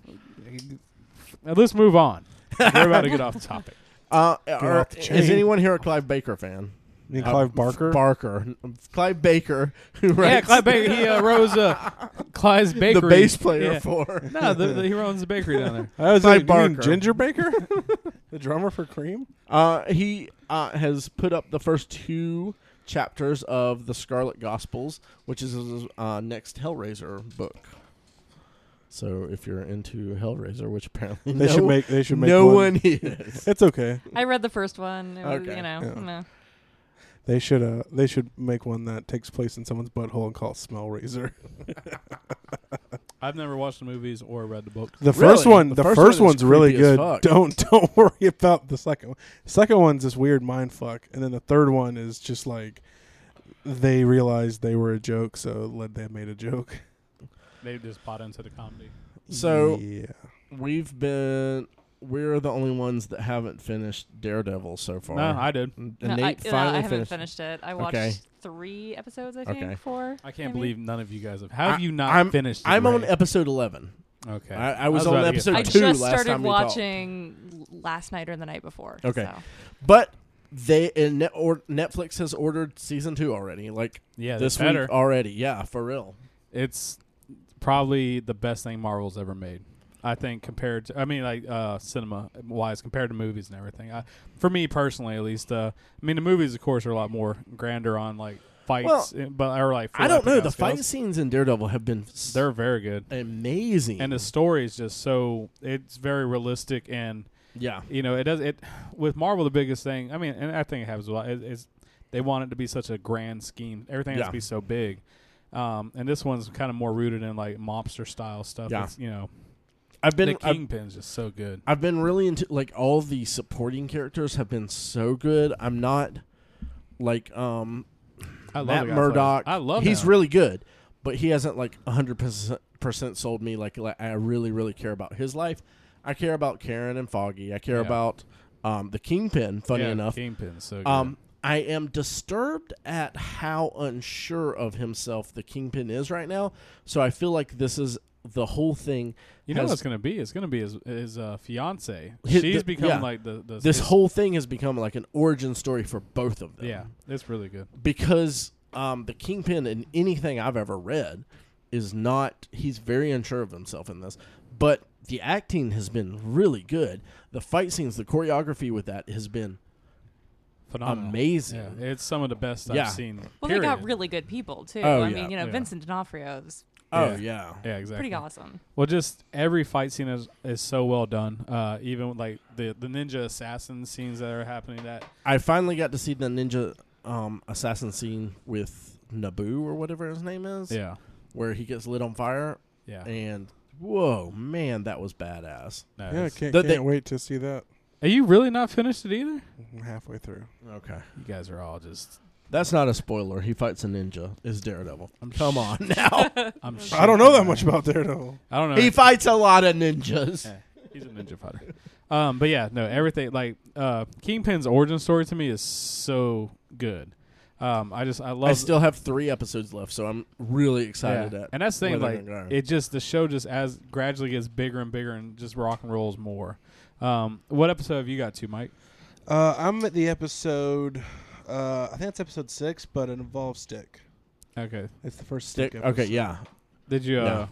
Speaker 1: Now let's move on. We're about to get off topic.
Speaker 2: Uh, are-
Speaker 3: off the chain.
Speaker 2: is anyone here a Clive Baker fan? Uh,
Speaker 3: I
Speaker 1: Uh,
Speaker 3: mean, Clive Barker.
Speaker 2: Barker, Clive Baker, who writes
Speaker 1: Yeah, Clive Baker. He uh, rose uh, Clive's
Speaker 2: the
Speaker 1: Bakery.
Speaker 2: bass player
Speaker 1: Yeah.
Speaker 2: for.
Speaker 1: No, the, the, he owns the bakery down there.
Speaker 3: I was
Speaker 2: Clive
Speaker 3: like, you mean
Speaker 2: Barker.
Speaker 3: Ginger Baker, the drummer for Cream.
Speaker 2: Uh, he uh, has put up the first two chapters of the Scarlet Gospels, which is his uh, next Hellraiser book. So if you're into Hellraiser, which apparently
Speaker 3: They
Speaker 2: no,
Speaker 3: should make. They should make
Speaker 2: no
Speaker 3: one.
Speaker 2: one is.
Speaker 3: It's okay.
Speaker 4: I read the first one. It was,
Speaker 2: Okay,
Speaker 4: you know,
Speaker 3: yeah.
Speaker 4: meh.
Speaker 3: They should. Uh, they should make one that takes place in someone's butthole and call it Smell Razor.
Speaker 1: I've never watched the movies or read the book.
Speaker 3: The
Speaker 2: Really?
Speaker 3: first one.
Speaker 2: The
Speaker 3: The,
Speaker 2: first
Speaker 3: first,
Speaker 2: one is
Speaker 3: one's really
Speaker 2: creepy as
Speaker 3: good.
Speaker 2: fuck.
Speaker 3: Don't don't worry about the second one. Second one's this weird mind fuck, and then the third one is just like they realized they were a joke, so let them made a joke.
Speaker 1: They just bought into the comedy.
Speaker 2: So
Speaker 3: yeah,
Speaker 2: we've been. We're the only ones that haven't finished Daredevil so far.
Speaker 1: No, I did.
Speaker 2: And
Speaker 4: No, I,
Speaker 2: Nate
Speaker 4: no, I
Speaker 2: finally
Speaker 4: haven't
Speaker 2: finished.
Speaker 4: finished it. I watched
Speaker 2: Okay.
Speaker 4: three episodes. I think
Speaker 2: Okay.
Speaker 4: four.
Speaker 1: I can't
Speaker 4: maybe?
Speaker 1: believe none of you guys have. How have
Speaker 2: I-
Speaker 1: you not
Speaker 2: I'm-
Speaker 1: finished?
Speaker 2: I'm on
Speaker 1: Episode
Speaker 2: episode 11.
Speaker 1: okay.
Speaker 2: I, I was
Speaker 1: about
Speaker 2: on
Speaker 1: to get
Speaker 2: episode
Speaker 4: I
Speaker 1: started.
Speaker 2: two
Speaker 4: just
Speaker 2: last
Speaker 4: started
Speaker 2: time we talked.
Speaker 4: watching last night or the night before.
Speaker 2: Okay.
Speaker 4: so.
Speaker 2: But they and Net, or Netflix has ordered season two already. Like
Speaker 1: yeah, this
Speaker 2: this
Speaker 1: better.
Speaker 2: week already. Yeah, for real.
Speaker 1: It's probably the best thing Marvel's ever made. I think compared to I mean like uh, cinema wise compared to movies and everything. I, for me personally, at least. Uh, I mean the movies of course are a lot more grander on like fights, and- but or like full
Speaker 2: I don't
Speaker 1: epic
Speaker 2: know. The
Speaker 1: ass
Speaker 2: fight
Speaker 1: goes.
Speaker 2: scenes in Daredevil have been s-
Speaker 1: they're very good,
Speaker 2: amazing.
Speaker 1: and the story is just so it's very realistic and
Speaker 2: yeah,
Speaker 1: you know it does it with Marvel the biggest thing. I mean, and I think it happens a lot is, is they want it to be such a grand scheme. Everything has
Speaker 2: Yeah.
Speaker 1: to be so big. Um, and this one's kind of more rooted in like mobster style stuff.
Speaker 2: Yeah. uh,
Speaker 1: It's, you know,
Speaker 2: I've been
Speaker 1: the
Speaker 2: I've-
Speaker 1: Kingpin's just so good.
Speaker 2: I've been really into like all the supporting characters have been so good. I'm not like um
Speaker 1: I love
Speaker 2: Matt
Speaker 1: the guy
Speaker 2: Murdock.
Speaker 1: Flash. I love.
Speaker 2: He's
Speaker 1: him.
Speaker 2: really good, but he hasn't like 100 percent sold me. Like, like I really really care about his life. I care about Karen and Foggy. I care
Speaker 1: Yeah.
Speaker 2: about um the Kingpin. Funny
Speaker 1: Yeah,
Speaker 2: enough,
Speaker 1: Kingpin's so good.
Speaker 2: um I am disturbed at how unsure of himself the Kingpin is right now. So I feel like this is the whole thing.
Speaker 1: you know
Speaker 2: has
Speaker 1: what it's gonna be? It's gonna be his his uh, fiance.
Speaker 2: His-
Speaker 1: She's
Speaker 2: the-
Speaker 1: become
Speaker 2: yeah.
Speaker 1: like the, the
Speaker 2: this
Speaker 1: his-
Speaker 2: whole thing has become like an origin story for both of them.
Speaker 1: Yeah, it's really good.
Speaker 2: Because um, the Kingpin in anything I've ever read is not, he's very unsure of himself in this. But the acting has been really good. The fight scenes, the choreography with that has been,
Speaker 1: Phenomenal.
Speaker 2: Amazing.
Speaker 1: Oh, Yeah, it's some of the best
Speaker 2: Yeah.
Speaker 1: I've seen.
Speaker 4: Well,
Speaker 1: period.
Speaker 4: they got really good people too.
Speaker 2: Oh,
Speaker 4: I
Speaker 2: yeah,
Speaker 4: mean, you know,
Speaker 1: yeah.
Speaker 4: Vincent D'Onofrio is
Speaker 2: oh,
Speaker 1: Yeah.
Speaker 2: yeah.
Speaker 1: Yeah, exactly.
Speaker 4: pretty awesome.
Speaker 1: Well, just every fight scene is, is so well done. Uh, even like the, the ninja assassin scenes that are happening. That
Speaker 2: I finally got to see the ninja um, assassin scene with Naboo or whatever his name is,
Speaker 1: yeah,
Speaker 2: where he gets lit on fire.
Speaker 1: yeah,
Speaker 2: And whoa, man, that was badass.
Speaker 1: no,
Speaker 3: Yeah, I
Speaker 1: it's-
Speaker 3: can't,
Speaker 2: That
Speaker 3: can't
Speaker 2: they-
Speaker 3: wait to see that.
Speaker 1: Are you really not finished it either?
Speaker 3: I'm halfway through.
Speaker 2: Okay.
Speaker 1: You guys are all just.
Speaker 2: That's not a spoiler. He fights a ninja. Is Daredevil?
Speaker 1: I'm
Speaker 2: Come on now.
Speaker 1: I'm
Speaker 3: I don't know that much about Daredevil.
Speaker 1: I don't know.
Speaker 2: he fights a lot of ninjas.
Speaker 1: Yeah, he's a ninja fighter. Um, but yeah, no, everything like uh, Kingpin's origin story to me is so good. Um, I just I love.
Speaker 2: I still have three episodes left, so I'm really
Speaker 1: yeah.
Speaker 2: excited. At
Speaker 1: and that's the thing,
Speaker 2: where
Speaker 1: like
Speaker 2: they're gonna go.
Speaker 1: it just the show just as gradually gets bigger and bigger and just rock and rolls more. Um, what episode have you got to, Mike?
Speaker 6: Uh, I'm at the episode. Uh, I think it's episode six, but it involves Stick.
Speaker 1: Okay,
Speaker 6: It's the first Stick.
Speaker 2: Stick- okay, yeah,
Speaker 1: Did you?
Speaker 2: No.
Speaker 1: Uh,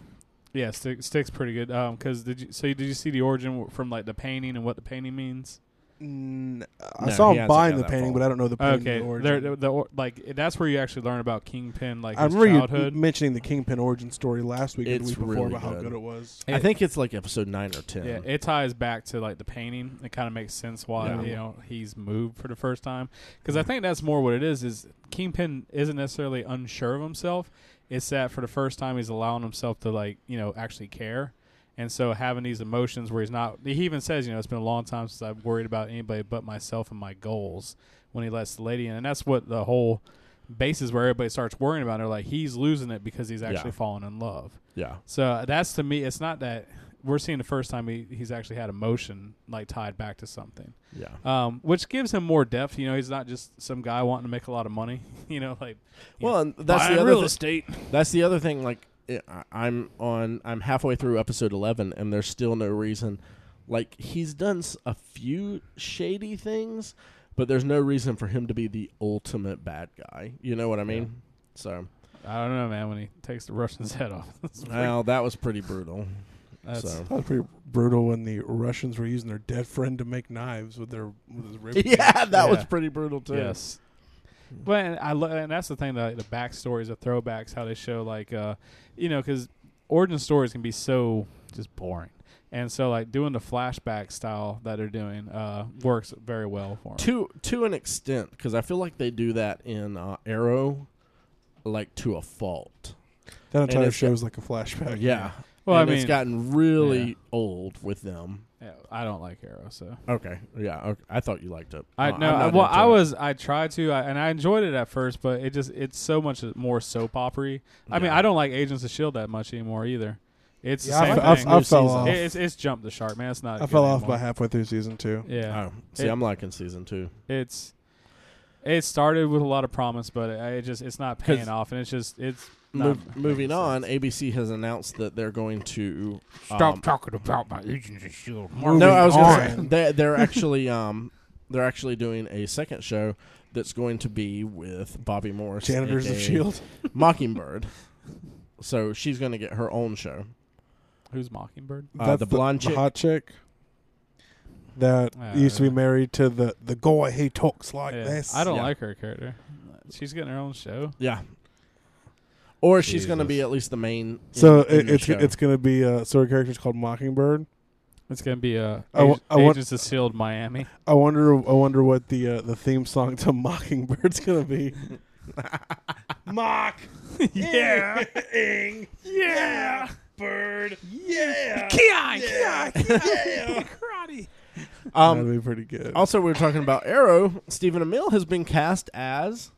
Speaker 1: Yeah, stick, stick's pretty good. Um, cause did you? So you, did you see the origin w- from like the painting and what the painting means?
Speaker 3: Mm, I
Speaker 2: No,
Speaker 3: saw
Speaker 2: he
Speaker 3: him
Speaker 2: hasn't
Speaker 3: buying
Speaker 2: got
Speaker 3: the
Speaker 2: that
Speaker 3: painting,
Speaker 2: far.
Speaker 3: but I don't know the painting
Speaker 1: Okay,
Speaker 3: origin.
Speaker 1: there, the, or, like that's where you actually learn about Kingpin, like
Speaker 3: I
Speaker 1: his
Speaker 3: remember you
Speaker 1: childhood.
Speaker 3: mentioning the Kingpin origin story last week or the
Speaker 2: It's
Speaker 3: week before
Speaker 2: really
Speaker 3: about how
Speaker 2: good.
Speaker 3: good it was.
Speaker 1: It-
Speaker 2: I think it's like episode nine or ten.
Speaker 1: yeah, it ties back to like the painting. It kind of makes sense why
Speaker 2: Yeah.
Speaker 1: you know he's moved for the first time. Because I think that's more what it is. Is Kingpin isn't necessarily unsure of himself. It's that for the first time he's allowing himself to like you know actually care. And so having these emotions where he's not, he even says, you know, it's been a long time since I've worried about anybody but myself and my goals. When he lets the lady in, and that's what the whole basis where everybody starts worrying about. it. They're like, he's losing it because he's actually
Speaker 2: Yeah.
Speaker 1: falling in love.
Speaker 2: yeah.
Speaker 1: So that's to me, it's not that we're seeing the first time he, he's actually had emotion like tied back to something,
Speaker 2: yeah.
Speaker 1: um, which gives him more depth. You know, he's not just some guy wanting to make a lot of money. You know, like
Speaker 2: Well, and that's
Speaker 1: buying
Speaker 2: the other
Speaker 1: real
Speaker 2: thi-
Speaker 1: estate.
Speaker 2: That's the other thing. Like, it, I- I'm on. I'm halfway through episode eleven, and there's still no reason. Like, he's done s- a few shady things, but there's no reason for him to be the ultimate bad guy. You know what I mean? So,
Speaker 1: I don't know, man. When he takes the Russian's head off, That's pretty-
Speaker 2: well, that was pretty brutal.
Speaker 1: that's-
Speaker 2: so.
Speaker 3: That was pretty brutal when the Russians were using their dead friend to make knives with their with his rib.
Speaker 2: Yeah, that was
Speaker 1: Yeah.
Speaker 2: pretty brutal too.
Speaker 1: Yes. But and I lo- and that's the thing that the backstories, the throwbacks, how they show like uh, you know, because origin stories can be so just boring, and so like doing the flashback style that they're doing uh works very well for 'em.
Speaker 2: To to an extent, because I feel like they do that in uh, Arrow, like to a fault.
Speaker 3: That
Speaker 2: And
Speaker 3: entire
Speaker 2: it's
Speaker 3: show
Speaker 2: got-
Speaker 3: is like a flashback.
Speaker 2: Yeah.
Speaker 1: Well, I
Speaker 2: And it's
Speaker 1: mean-
Speaker 2: gotten really
Speaker 1: Yeah.
Speaker 2: old with them.
Speaker 1: Yeah, I don't like Arrow, so
Speaker 2: Okay. Yeah. Okay. I thought you liked it.
Speaker 1: I
Speaker 2: Uh,
Speaker 1: no.
Speaker 2: I'm
Speaker 1: I,
Speaker 2: not
Speaker 1: well,
Speaker 2: into
Speaker 1: I
Speaker 2: it.
Speaker 1: was I tried to, I, and I enjoyed it at first, but it just it's so much more soap opery. I mean,
Speaker 2: Yeah.
Speaker 1: I don't like Agents of Shield that much anymore either. It's the
Speaker 3: Yeah, I,
Speaker 1: same
Speaker 3: fe- I,
Speaker 1: thing.
Speaker 3: I fell
Speaker 2: New
Speaker 3: off.
Speaker 1: It- it's it's jumped the shark, man. It's not.
Speaker 3: I fell
Speaker 1: good
Speaker 3: off
Speaker 1: anymore.
Speaker 3: by halfway through season two.
Speaker 1: Yeah.
Speaker 2: Oh, see,
Speaker 1: It-
Speaker 2: I'm liking season two.
Speaker 1: it's it started with a lot of promise, but it, it just it's not paying
Speaker 2: 'Cause-
Speaker 1: off, and it's just it's
Speaker 2: Mov-
Speaker 1: not
Speaker 2: moving on, ABC has announced that they're going to
Speaker 7: Stop
Speaker 2: um,
Speaker 7: talking about my Agents of Shield.
Speaker 2: No, I was
Speaker 3: Moving
Speaker 2: going to say they, they're actually um they're actually doing a second show that's going to be with Bobby Morris,
Speaker 3: Janitors of
Speaker 2: aka
Speaker 3: Shield.
Speaker 2: Mockingbird. So she's going to get her own show.
Speaker 1: Who's Mockingbird?
Speaker 2: Uh,
Speaker 3: That's
Speaker 2: the blonde chick.
Speaker 3: hot chick that
Speaker 1: Uh,
Speaker 3: used to be married to the the guy who talks like
Speaker 1: Yeah.
Speaker 3: this.
Speaker 1: I don't
Speaker 2: yeah.
Speaker 1: like her character. She's getting her own show.
Speaker 2: Yeah. Or she's going to
Speaker 8: Jesus.
Speaker 2: be at least the main.
Speaker 3: So
Speaker 2: in- in
Speaker 3: it,
Speaker 2: the
Speaker 3: it's
Speaker 2: show.
Speaker 3: it's gonna be uh, so her character's called Mockingbird.
Speaker 1: It's gonna be a
Speaker 3: I wa-
Speaker 1: Ag-
Speaker 3: I want-
Speaker 1: Agents of Shield E Miami.
Speaker 3: I wonder I wonder what the uh, the theme song to Mockingbird's gonna be. Mock, yeah, ing, yeah, bird, yeah,
Speaker 6: Ki-yi, ki-yi, ki-yi, karate.
Speaker 2: Um,
Speaker 3: That'd be pretty good.
Speaker 2: also, we were talking about Arrow. Stephen Amell has been cast as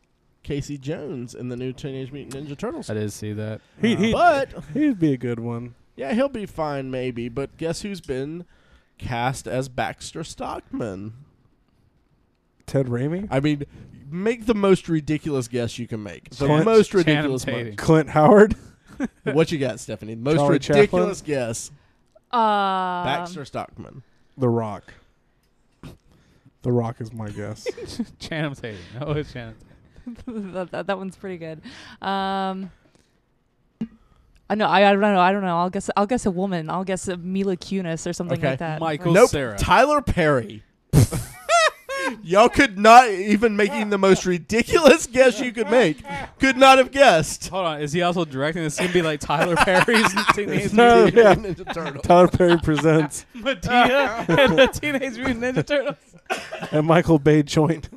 Speaker 2: Casey Jones in the new Teenage Mutant Ninja Turtles.
Speaker 1: I did see that.
Speaker 3: he, he,
Speaker 2: But
Speaker 3: he'd be a good one.
Speaker 2: yeah, he'll be fine maybe. But guess who's been cast as Baxter Stockman?
Speaker 3: Ted Raimi,
Speaker 2: I mean, make the most ridiculous guess you can make. The
Speaker 1: Chan-
Speaker 2: most
Speaker 1: Channing
Speaker 2: ridiculous. one.
Speaker 1: Tatum.
Speaker 3: Clint Howard.
Speaker 2: What you got, Stephanie? The most
Speaker 3: Charlie Chaplin?
Speaker 2: ridiculous guess.
Speaker 4: Uh,
Speaker 2: Baxter Stockman.
Speaker 3: The Rock. The Rock is my guess.
Speaker 1: Channing Tatum. No, Oh, it's Channing. Tatum.
Speaker 4: that, that, that one's pretty good. Um, I know. I, I don't know. I don't know. I'll guess. I'll guess a woman. I'll guess a Mila Kunis or something
Speaker 2: Okay.
Speaker 4: like that.
Speaker 1: Michael
Speaker 2: nope.
Speaker 1: Sarah.
Speaker 2: Tyler Perry. Y'all could not even making the most ridiculous guess you could make. Could not have guessed.
Speaker 1: Hold on. Is he also directing? This gonna be like Tyler Perry's Teenage
Speaker 3: No,
Speaker 1: Mutant
Speaker 3: yeah.
Speaker 2: Ninja Turtle.
Speaker 3: Tyler Perry presents
Speaker 1: Medea and the Teenage Mutant Ninja Turtles.
Speaker 3: and Michael Bay joint.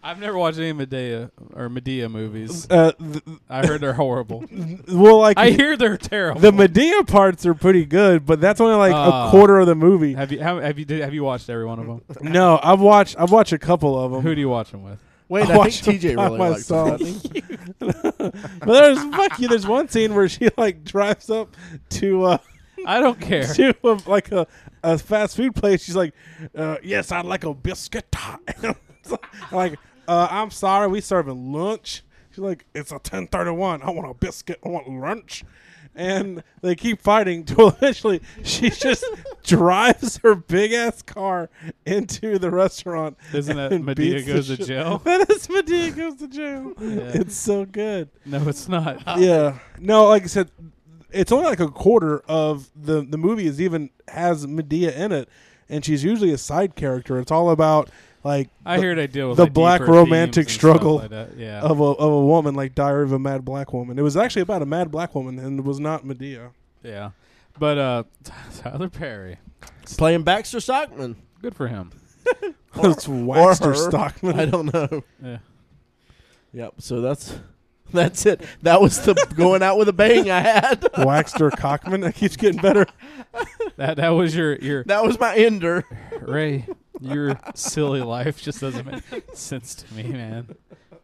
Speaker 1: I've never watched any Medea or Medea movies.
Speaker 3: Uh, th-
Speaker 1: I heard they're horrible.
Speaker 3: well, like
Speaker 1: I hear they're terrible.
Speaker 3: the Medea parts are pretty good, but that's only like a
Speaker 1: Uh,
Speaker 3: quarter of the movie.
Speaker 1: have you how, have you did, have you watched every one of them?
Speaker 3: No, I've watched I've watched a couple of them.
Speaker 1: Who do you watch them with?
Speaker 2: Wait, I, think
Speaker 3: watched them
Speaker 2: TJ
Speaker 3: by
Speaker 2: really likes
Speaker 3: myself.
Speaker 2: that.
Speaker 3: but there's fuck you. There's one scene where she like drives up to uh
Speaker 1: I don't care.
Speaker 3: to a, like a, a fast food place. She's like, uh, "Yes, I'd like a biscuit." I'm like, uh, I'm sorry, we serving lunch. She's like, "It's a ten thirty one. I want a biscuit. I want lunch." And they keep fighting till eventually she just drives her big ass car into the restaurant.
Speaker 1: Isn't that
Speaker 3: and
Speaker 1: Medea
Speaker 3: beats the
Speaker 1: Goes to
Speaker 3: shit-
Speaker 1: Jail?
Speaker 3: That is Medea goes to jail. It's so good
Speaker 1: No, it's not.
Speaker 3: yeah. No, like I said, it's only like a quarter of the the movie is even has Medea in it, and she's usually a side character. It's all about like
Speaker 1: I
Speaker 3: the-
Speaker 1: hear they deal with
Speaker 3: the
Speaker 1: like,
Speaker 3: black
Speaker 1: deeper
Speaker 3: romantic
Speaker 1: themes and stuff
Speaker 3: struggle Oh.
Speaker 1: like that. Yeah,
Speaker 3: of a of a woman like Diary of a Mad Black Woman. It was actually about a mad black woman, and it was not Medea.
Speaker 1: yeah. But uh, Tyler Perry,
Speaker 2: Playing Baxter Stockman.
Speaker 1: good for him.
Speaker 3: it's Waxter
Speaker 2: her. I
Speaker 3: Stockman.
Speaker 2: don't know.
Speaker 1: Yeah.
Speaker 2: Yep. So that's that's it. That was the going out with a bang I had.
Speaker 3: Waxter Cockman. It keeps getting better.
Speaker 1: That that was your your
Speaker 2: That was my ender.
Speaker 1: Ray. Your silly life just doesn't make sense to me, man.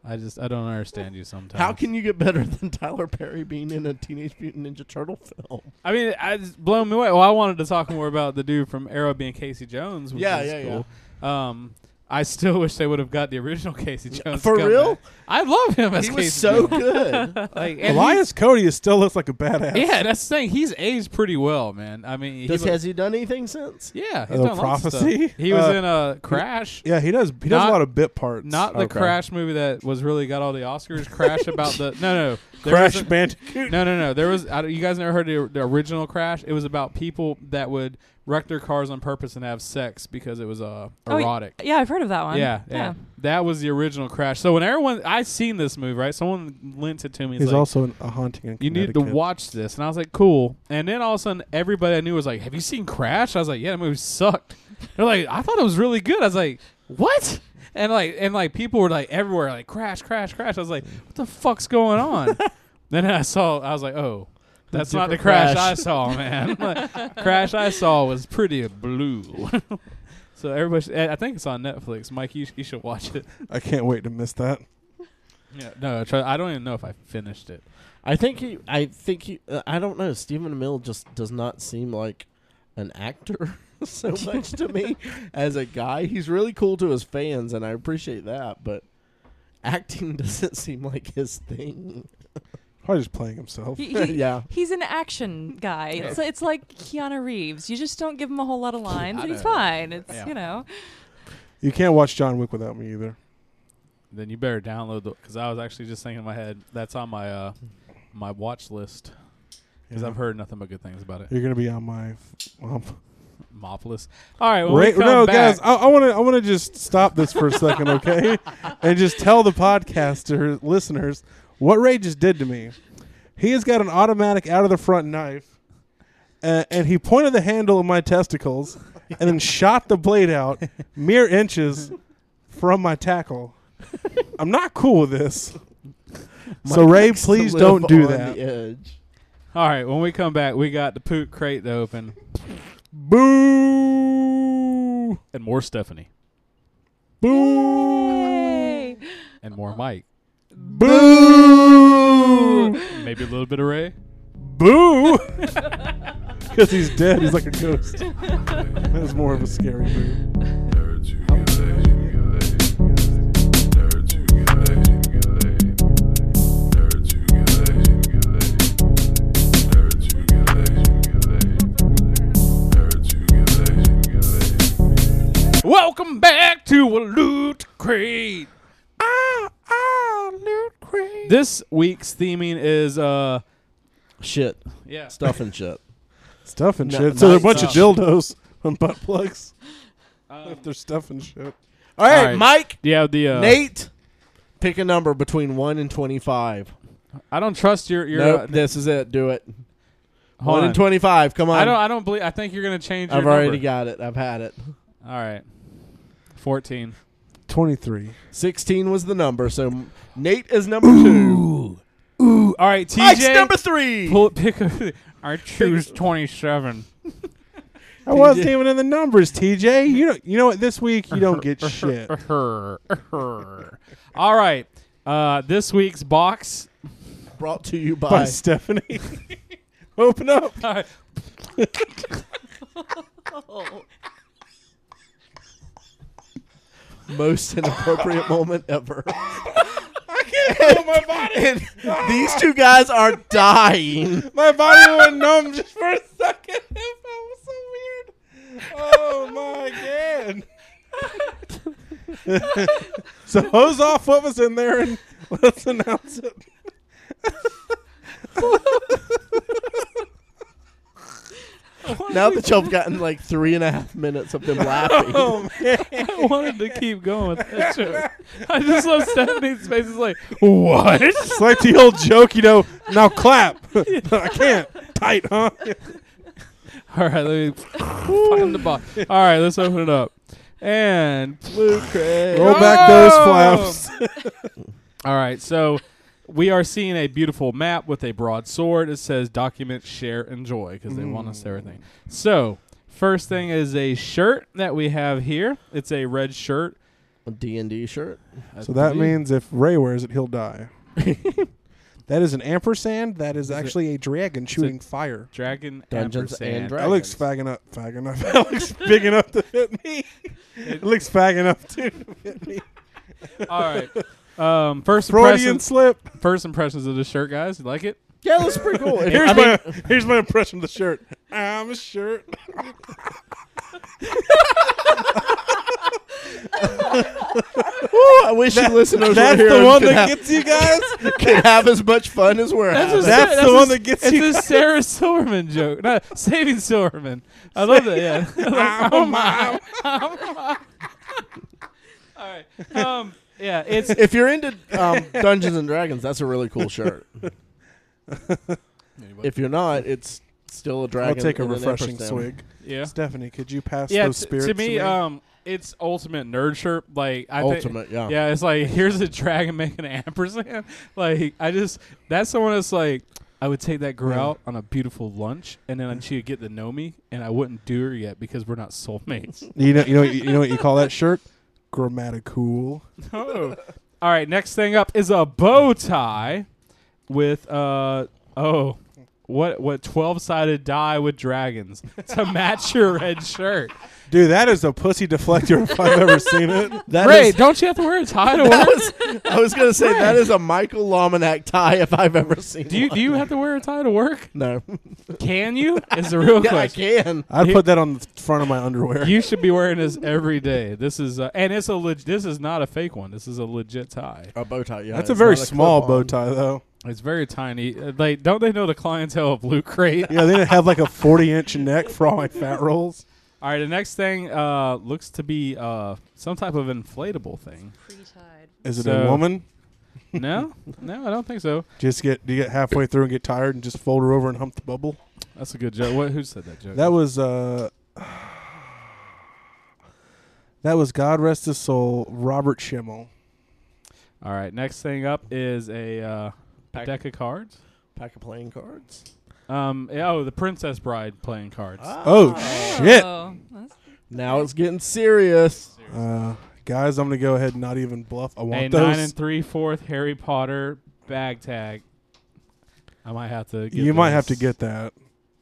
Speaker 1: I just I don't understand you sometimes.
Speaker 2: How can you get better than Tyler Perry being in a Teenage Mutant Ninja Turtle film?
Speaker 1: I mean, I just blown me away. Well, I wanted to talk more about the dude from Arrow being Casey Jones. Which
Speaker 2: Yeah,
Speaker 1: is
Speaker 2: yeah,
Speaker 1: cool. Um, I still wish they would have got the original Casey Jones.
Speaker 2: For
Speaker 1: to come
Speaker 2: real?
Speaker 1: back. I love him as
Speaker 2: He
Speaker 1: Casey
Speaker 2: was so
Speaker 1: Jones.
Speaker 2: good.
Speaker 1: Like, and
Speaker 3: Elias Cody is still looks like a badass.
Speaker 1: he- yeah, that's the thing. He's aged pretty well, man. I mean, he
Speaker 2: Does,
Speaker 1: was-
Speaker 2: has he done anything since?
Speaker 1: yeah, he's
Speaker 3: Uh,
Speaker 1: done lots of stuff.
Speaker 3: Prophecy?
Speaker 1: He was
Speaker 3: Uh,
Speaker 1: in a Crash.
Speaker 3: Yeah, he does. He does
Speaker 1: Not-
Speaker 3: a lot of bit parts. Oh,
Speaker 1: Not the
Speaker 2: Okay.
Speaker 1: Crash movie that was really got all the Oscars. Crash about the no no there was
Speaker 3: Crash
Speaker 1: a-
Speaker 3: Bandicoot.
Speaker 1: No, no, no. There was I, don't- you guys never heard the, the original Crash. It was about people that would wreck their cars on purpose and have sex because it was uh,
Speaker 4: Oh, y-
Speaker 1: erotic.
Speaker 4: Yeah, I've heard of that one.
Speaker 1: yeah, yeah, That was the original Crash. So when everyone I seen this movie, right? Someone lent it to me. He's
Speaker 3: He's
Speaker 1: like,
Speaker 3: also in a haunting. In
Speaker 1: you need to
Speaker 3: Connecticut.
Speaker 1: watch this, and I was like, cool. And then all of a sudden, everybody I knew was like, "Have you seen Crash?" I was like, "Yeah, that movie sucked." They're like, "I thought it was really good." I was like, "What?" And like, and like, people were like everywhere, like, "Crash, Crash, Crash." I was like, "What the fuck's going on?" then I saw, I was like, "Oh, that's not the Crash,
Speaker 2: Different Crash.
Speaker 1: I saw, man. Like, crash I saw was pretty blue." so everybody, should- I think it's on Netflix. Mike, you, sh- you should watch it.
Speaker 3: I can't wait to miss that.
Speaker 1: Yeah, no, try, I don't even know if I finished it.
Speaker 2: I think he. I think he. Uh, I don't know. Stephen Mill just does not seem like an actor so much to me as a guy. He's really cool to his fans, and I appreciate that. But acting doesn't seem like his thing.
Speaker 3: Probably just playing himself.
Speaker 4: He, he,
Speaker 2: Yeah.
Speaker 4: He's an action guy. It's, it's like Keanu Reeves. You just don't give him a whole lot of lines, and he's fine. It's
Speaker 1: Yeah.
Speaker 4: you know.
Speaker 3: You can't watch John Wick without me either.
Speaker 1: Then you better download the because I was actually just thinking in my head that's on my uh my watch list. because
Speaker 3: Yeah.
Speaker 1: I've heard nothing but good things about it.
Speaker 3: You're gonna be on my. f- Um,
Speaker 1: Mopolis. All right, when we
Speaker 3: Right-
Speaker 1: come
Speaker 3: no,
Speaker 1: back,
Speaker 3: guys, I want to. I want to just stop this for a second, okay? and just tell the podcaster listeners what Ray just did to me. He has got an automatic out of the front knife, uh, and he pointed the handle at my testicles, and then shot the blade out mere inches from my tackle. I'm not cool with this. So
Speaker 2: Mike
Speaker 3: Ray,
Speaker 2: likes to
Speaker 3: please
Speaker 2: live
Speaker 3: don't do
Speaker 2: on
Speaker 3: that.
Speaker 2: The edge.
Speaker 1: all right, when we come back, we got the poot crate to open
Speaker 3: Boo!
Speaker 1: and more Stephanie
Speaker 3: Boo!
Speaker 4: Yay.
Speaker 1: and more Mike.
Speaker 3: Boo!
Speaker 1: Maybe a little bit of Ray.
Speaker 3: Boo! Because he's dead. He's like a ghost. That was more of a scary movie.
Speaker 1: Welcome back to a loot crate.
Speaker 3: Ah, ah, loot crate.
Speaker 1: This week's theming is uh
Speaker 2: Shit,
Speaker 1: yeah
Speaker 2: stuff and shit.
Speaker 3: Stuff and
Speaker 2: No,
Speaker 3: shit. So they're a bunch
Speaker 1: nice.
Speaker 3: of dildos and butt plugs. If they're stuff and shit.
Speaker 2: All right,
Speaker 1: All right.
Speaker 2: Mike,
Speaker 1: yeah the uh,
Speaker 2: Nate, pick a number between one and twenty-five.
Speaker 1: I don't trust your your
Speaker 2: nope,
Speaker 1: uh,
Speaker 2: this is it. Do it.
Speaker 1: hold
Speaker 2: one
Speaker 1: on.
Speaker 2: and twenty-five. Come on.
Speaker 1: I don't I don't believe I think you're gonna change. Your
Speaker 2: I've already
Speaker 1: number.
Speaker 2: got it. I've had it.
Speaker 1: all right. Fourteen.
Speaker 3: 23.
Speaker 2: 16 was the number, so Nate is number two.
Speaker 1: Ooh, all right, TJ.
Speaker 2: Mike's number three.
Speaker 1: Pull, pick. A, I choose twenty-seven.
Speaker 3: I wasn't even in the numbers, TJ. You know, you know what? This week you don't get shit.
Speaker 1: Er, all right. Uh, this week's box.
Speaker 2: Brought to you by.
Speaker 3: Bye, Stephanie. Open up.
Speaker 1: All right.
Speaker 4: Oh.
Speaker 2: most inappropriate moment ever.
Speaker 3: my body.
Speaker 2: And these two guys are dying.
Speaker 3: My body went numb just for a second. It felt so weird. Oh my god. so hose off what was in there and let's announce it.
Speaker 2: Now that y'all have gotten like three and a half minutes of them laughing.
Speaker 3: Oh man.
Speaker 1: I wanted to keep going with that joke. I just love Stephanie's face. It's like, what?
Speaker 3: It's like the old joke, you know. Now clap. I can't. Tight, huh?
Speaker 1: All right, let me find the box. All right, let's open it up. And
Speaker 2: Blue Craig. Oh,
Speaker 3: Roll back those flaps.
Speaker 1: all right, so we are seeing a beautiful map with a broad sword. It says document, share, enjoy because they want us to everything.
Speaker 3: Mm.
Speaker 1: So, first thing is a shirt that we have here. It's a red shirt.
Speaker 2: D&D shirt.
Speaker 3: So that
Speaker 1: Believe-
Speaker 3: means if Ray wears it, he'll die. that is an ampersand. That is actually a dragon shooting fire.
Speaker 1: Dragon
Speaker 2: Dungeons and
Speaker 1: ampersand.
Speaker 2: Dra-
Speaker 3: Alex fagging up, fagging up. Alex big enough to hit me. Alex fagging up too to hit me.
Speaker 1: All right. Um, first
Speaker 3: Freudian
Speaker 1: impressions.
Speaker 3: slip.
Speaker 1: First impressions of the shirt, guys. You like it?
Speaker 2: Yeah, that's pretty cool. I
Speaker 3: Here's
Speaker 2: mean,
Speaker 3: my here's my impression of the shirt. I'm a shirt.
Speaker 2: whew, I wish you listeners were
Speaker 3: That's
Speaker 2: here
Speaker 3: the
Speaker 2: and
Speaker 3: one
Speaker 2: could
Speaker 3: that
Speaker 2: have,
Speaker 3: gets you guys.
Speaker 2: could have as much fun as we're having.
Speaker 1: a-
Speaker 3: That's the
Speaker 1: a-
Speaker 3: one that gets
Speaker 1: it's
Speaker 3: you.
Speaker 1: a Sarah Silverman joke. No, saving Silverman. I love that. Yeah. Like, oh my. All right. Um. Yeah. It's
Speaker 2: if you're into um, Dungeons and Dragons, that's a really cool shirt. if you're not, it's still a
Speaker 3: I'll
Speaker 2: dragon.
Speaker 3: take a
Speaker 2: and an
Speaker 3: refreshing
Speaker 2: ampersand.
Speaker 3: swig.
Speaker 1: yeah.
Speaker 3: Stephanie, could you pass
Speaker 1: Yeah.
Speaker 3: those
Speaker 1: t-
Speaker 3: spirits
Speaker 1: to me,
Speaker 3: me? uh,
Speaker 1: um, it's ultimate nerd shirt. Like I think-
Speaker 2: Ultimate, yeah.
Speaker 1: Yeah. It's like here's a dragon making an ampersand. Like I just that's someone that's like. I would take that girl out on a beautiful lunch, and then she would get to know me, and I wouldn't do her yet because we're not soulmates.
Speaker 3: you know, you know, you know what you call that shirt? Grammatical.
Speaker 1: Oh. All right, next thing up is a bow tie with uh oh what what twelve sided die with dragons to match your red shirt.
Speaker 3: Dude, that is a pussy deflector if I've ever seen it.
Speaker 2: That
Speaker 1: Ray,
Speaker 2: is-
Speaker 1: don't you have to wear a tie to work?
Speaker 2: I was gonna say that is a Michael Lominac tie if I've ever seen.
Speaker 1: Do you
Speaker 2: one.
Speaker 1: do you have to wear a tie to work?
Speaker 2: No,
Speaker 1: Can you? Is the real
Speaker 2: yeah, I
Speaker 1: question.
Speaker 2: can.
Speaker 3: I'd put that on the front of my underwear.
Speaker 1: You should be wearing this every day. This is uh, and it's a leg- this is not a fake one. This is a legit tie.
Speaker 2: A bow tie, yeah.
Speaker 3: That's
Speaker 2: it's
Speaker 3: a very
Speaker 2: not
Speaker 3: small
Speaker 2: clip-on.
Speaker 3: bow tie, though.
Speaker 1: It's very tiny. Uh, Like, don't they know the clientele of Loot Crate?
Speaker 3: Yeah, they didn't have like a 40 inch neck for all my fat rolls.
Speaker 1: All right, the next thing uh, looks to be uh, some type of inflatable thing.
Speaker 4: Pre-tied.
Speaker 3: Is it
Speaker 1: So-
Speaker 3: a woman?
Speaker 1: No, no, I don't think so.
Speaker 3: Just get do you get halfway through and get tired and just fold her over and hump the bubble?
Speaker 1: That's a good joke. What? Who said that joke?
Speaker 3: That was uh That was God rest his soul, Robert Schimmel.
Speaker 1: All right, next thing up is a, uh, a
Speaker 2: Pack-
Speaker 1: deck of cards.
Speaker 2: Pack of playing cards.
Speaker 1: Um, yeah, oh, the Princess Bride playing cards.
Speaker 2: Ah.
Speaker 3: Oh shit.
Speaker 4: Oh, that's-
Speaker 2: Now it's getting serious.
Speaker 3: Uh guys, I'm gonna go ahead and not even bluff. I want
Speaker 1: a
Speaker 3: those.
Speaker 1: nine and three fourth Harry Potter bag tag. I might have to. Get
Speaker 3: you might have to
Speaker 1: those.
Speaker 3: get that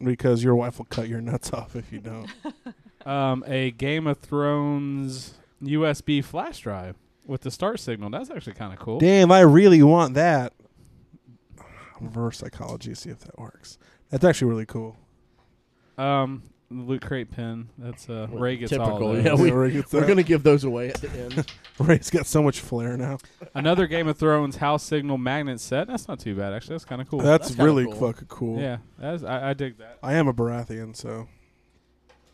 Speaker 3: because your wife will cut your nuts off if you don't.
Speaker 1: um, a Game of Thrones USB flash drive with the start signal. That's actually kind of cool.
Speaker 3: Damn, I really want that. Reverse psychology, see if that works. That's actually really cool.
Speaker 1: Um, loot crate pin. That's uh, Ray gets all
Speaker 2: Typical,
Speaker 1: those.
Speaker 2: yeah, we-
Speaker 3: Ray gets
Speaker 2: We're
Speaker 3: that.
Speaker 2: gonna give those away at the end.
Speaker 3: Ray's got so much flair now.
Speaker 1: Another Game of Thrones house signal magnet set. That's not too bad actually. That's kind of cool.
Speaker 3: That's,
Speaker 2: That's kinda
Speaker 3: really
Speaker 2: cool.
Speaker 3: fucking cool.
Speaker 1: yeah, that's, I, I dig that.
Speaker 3: I am a Baratheon, so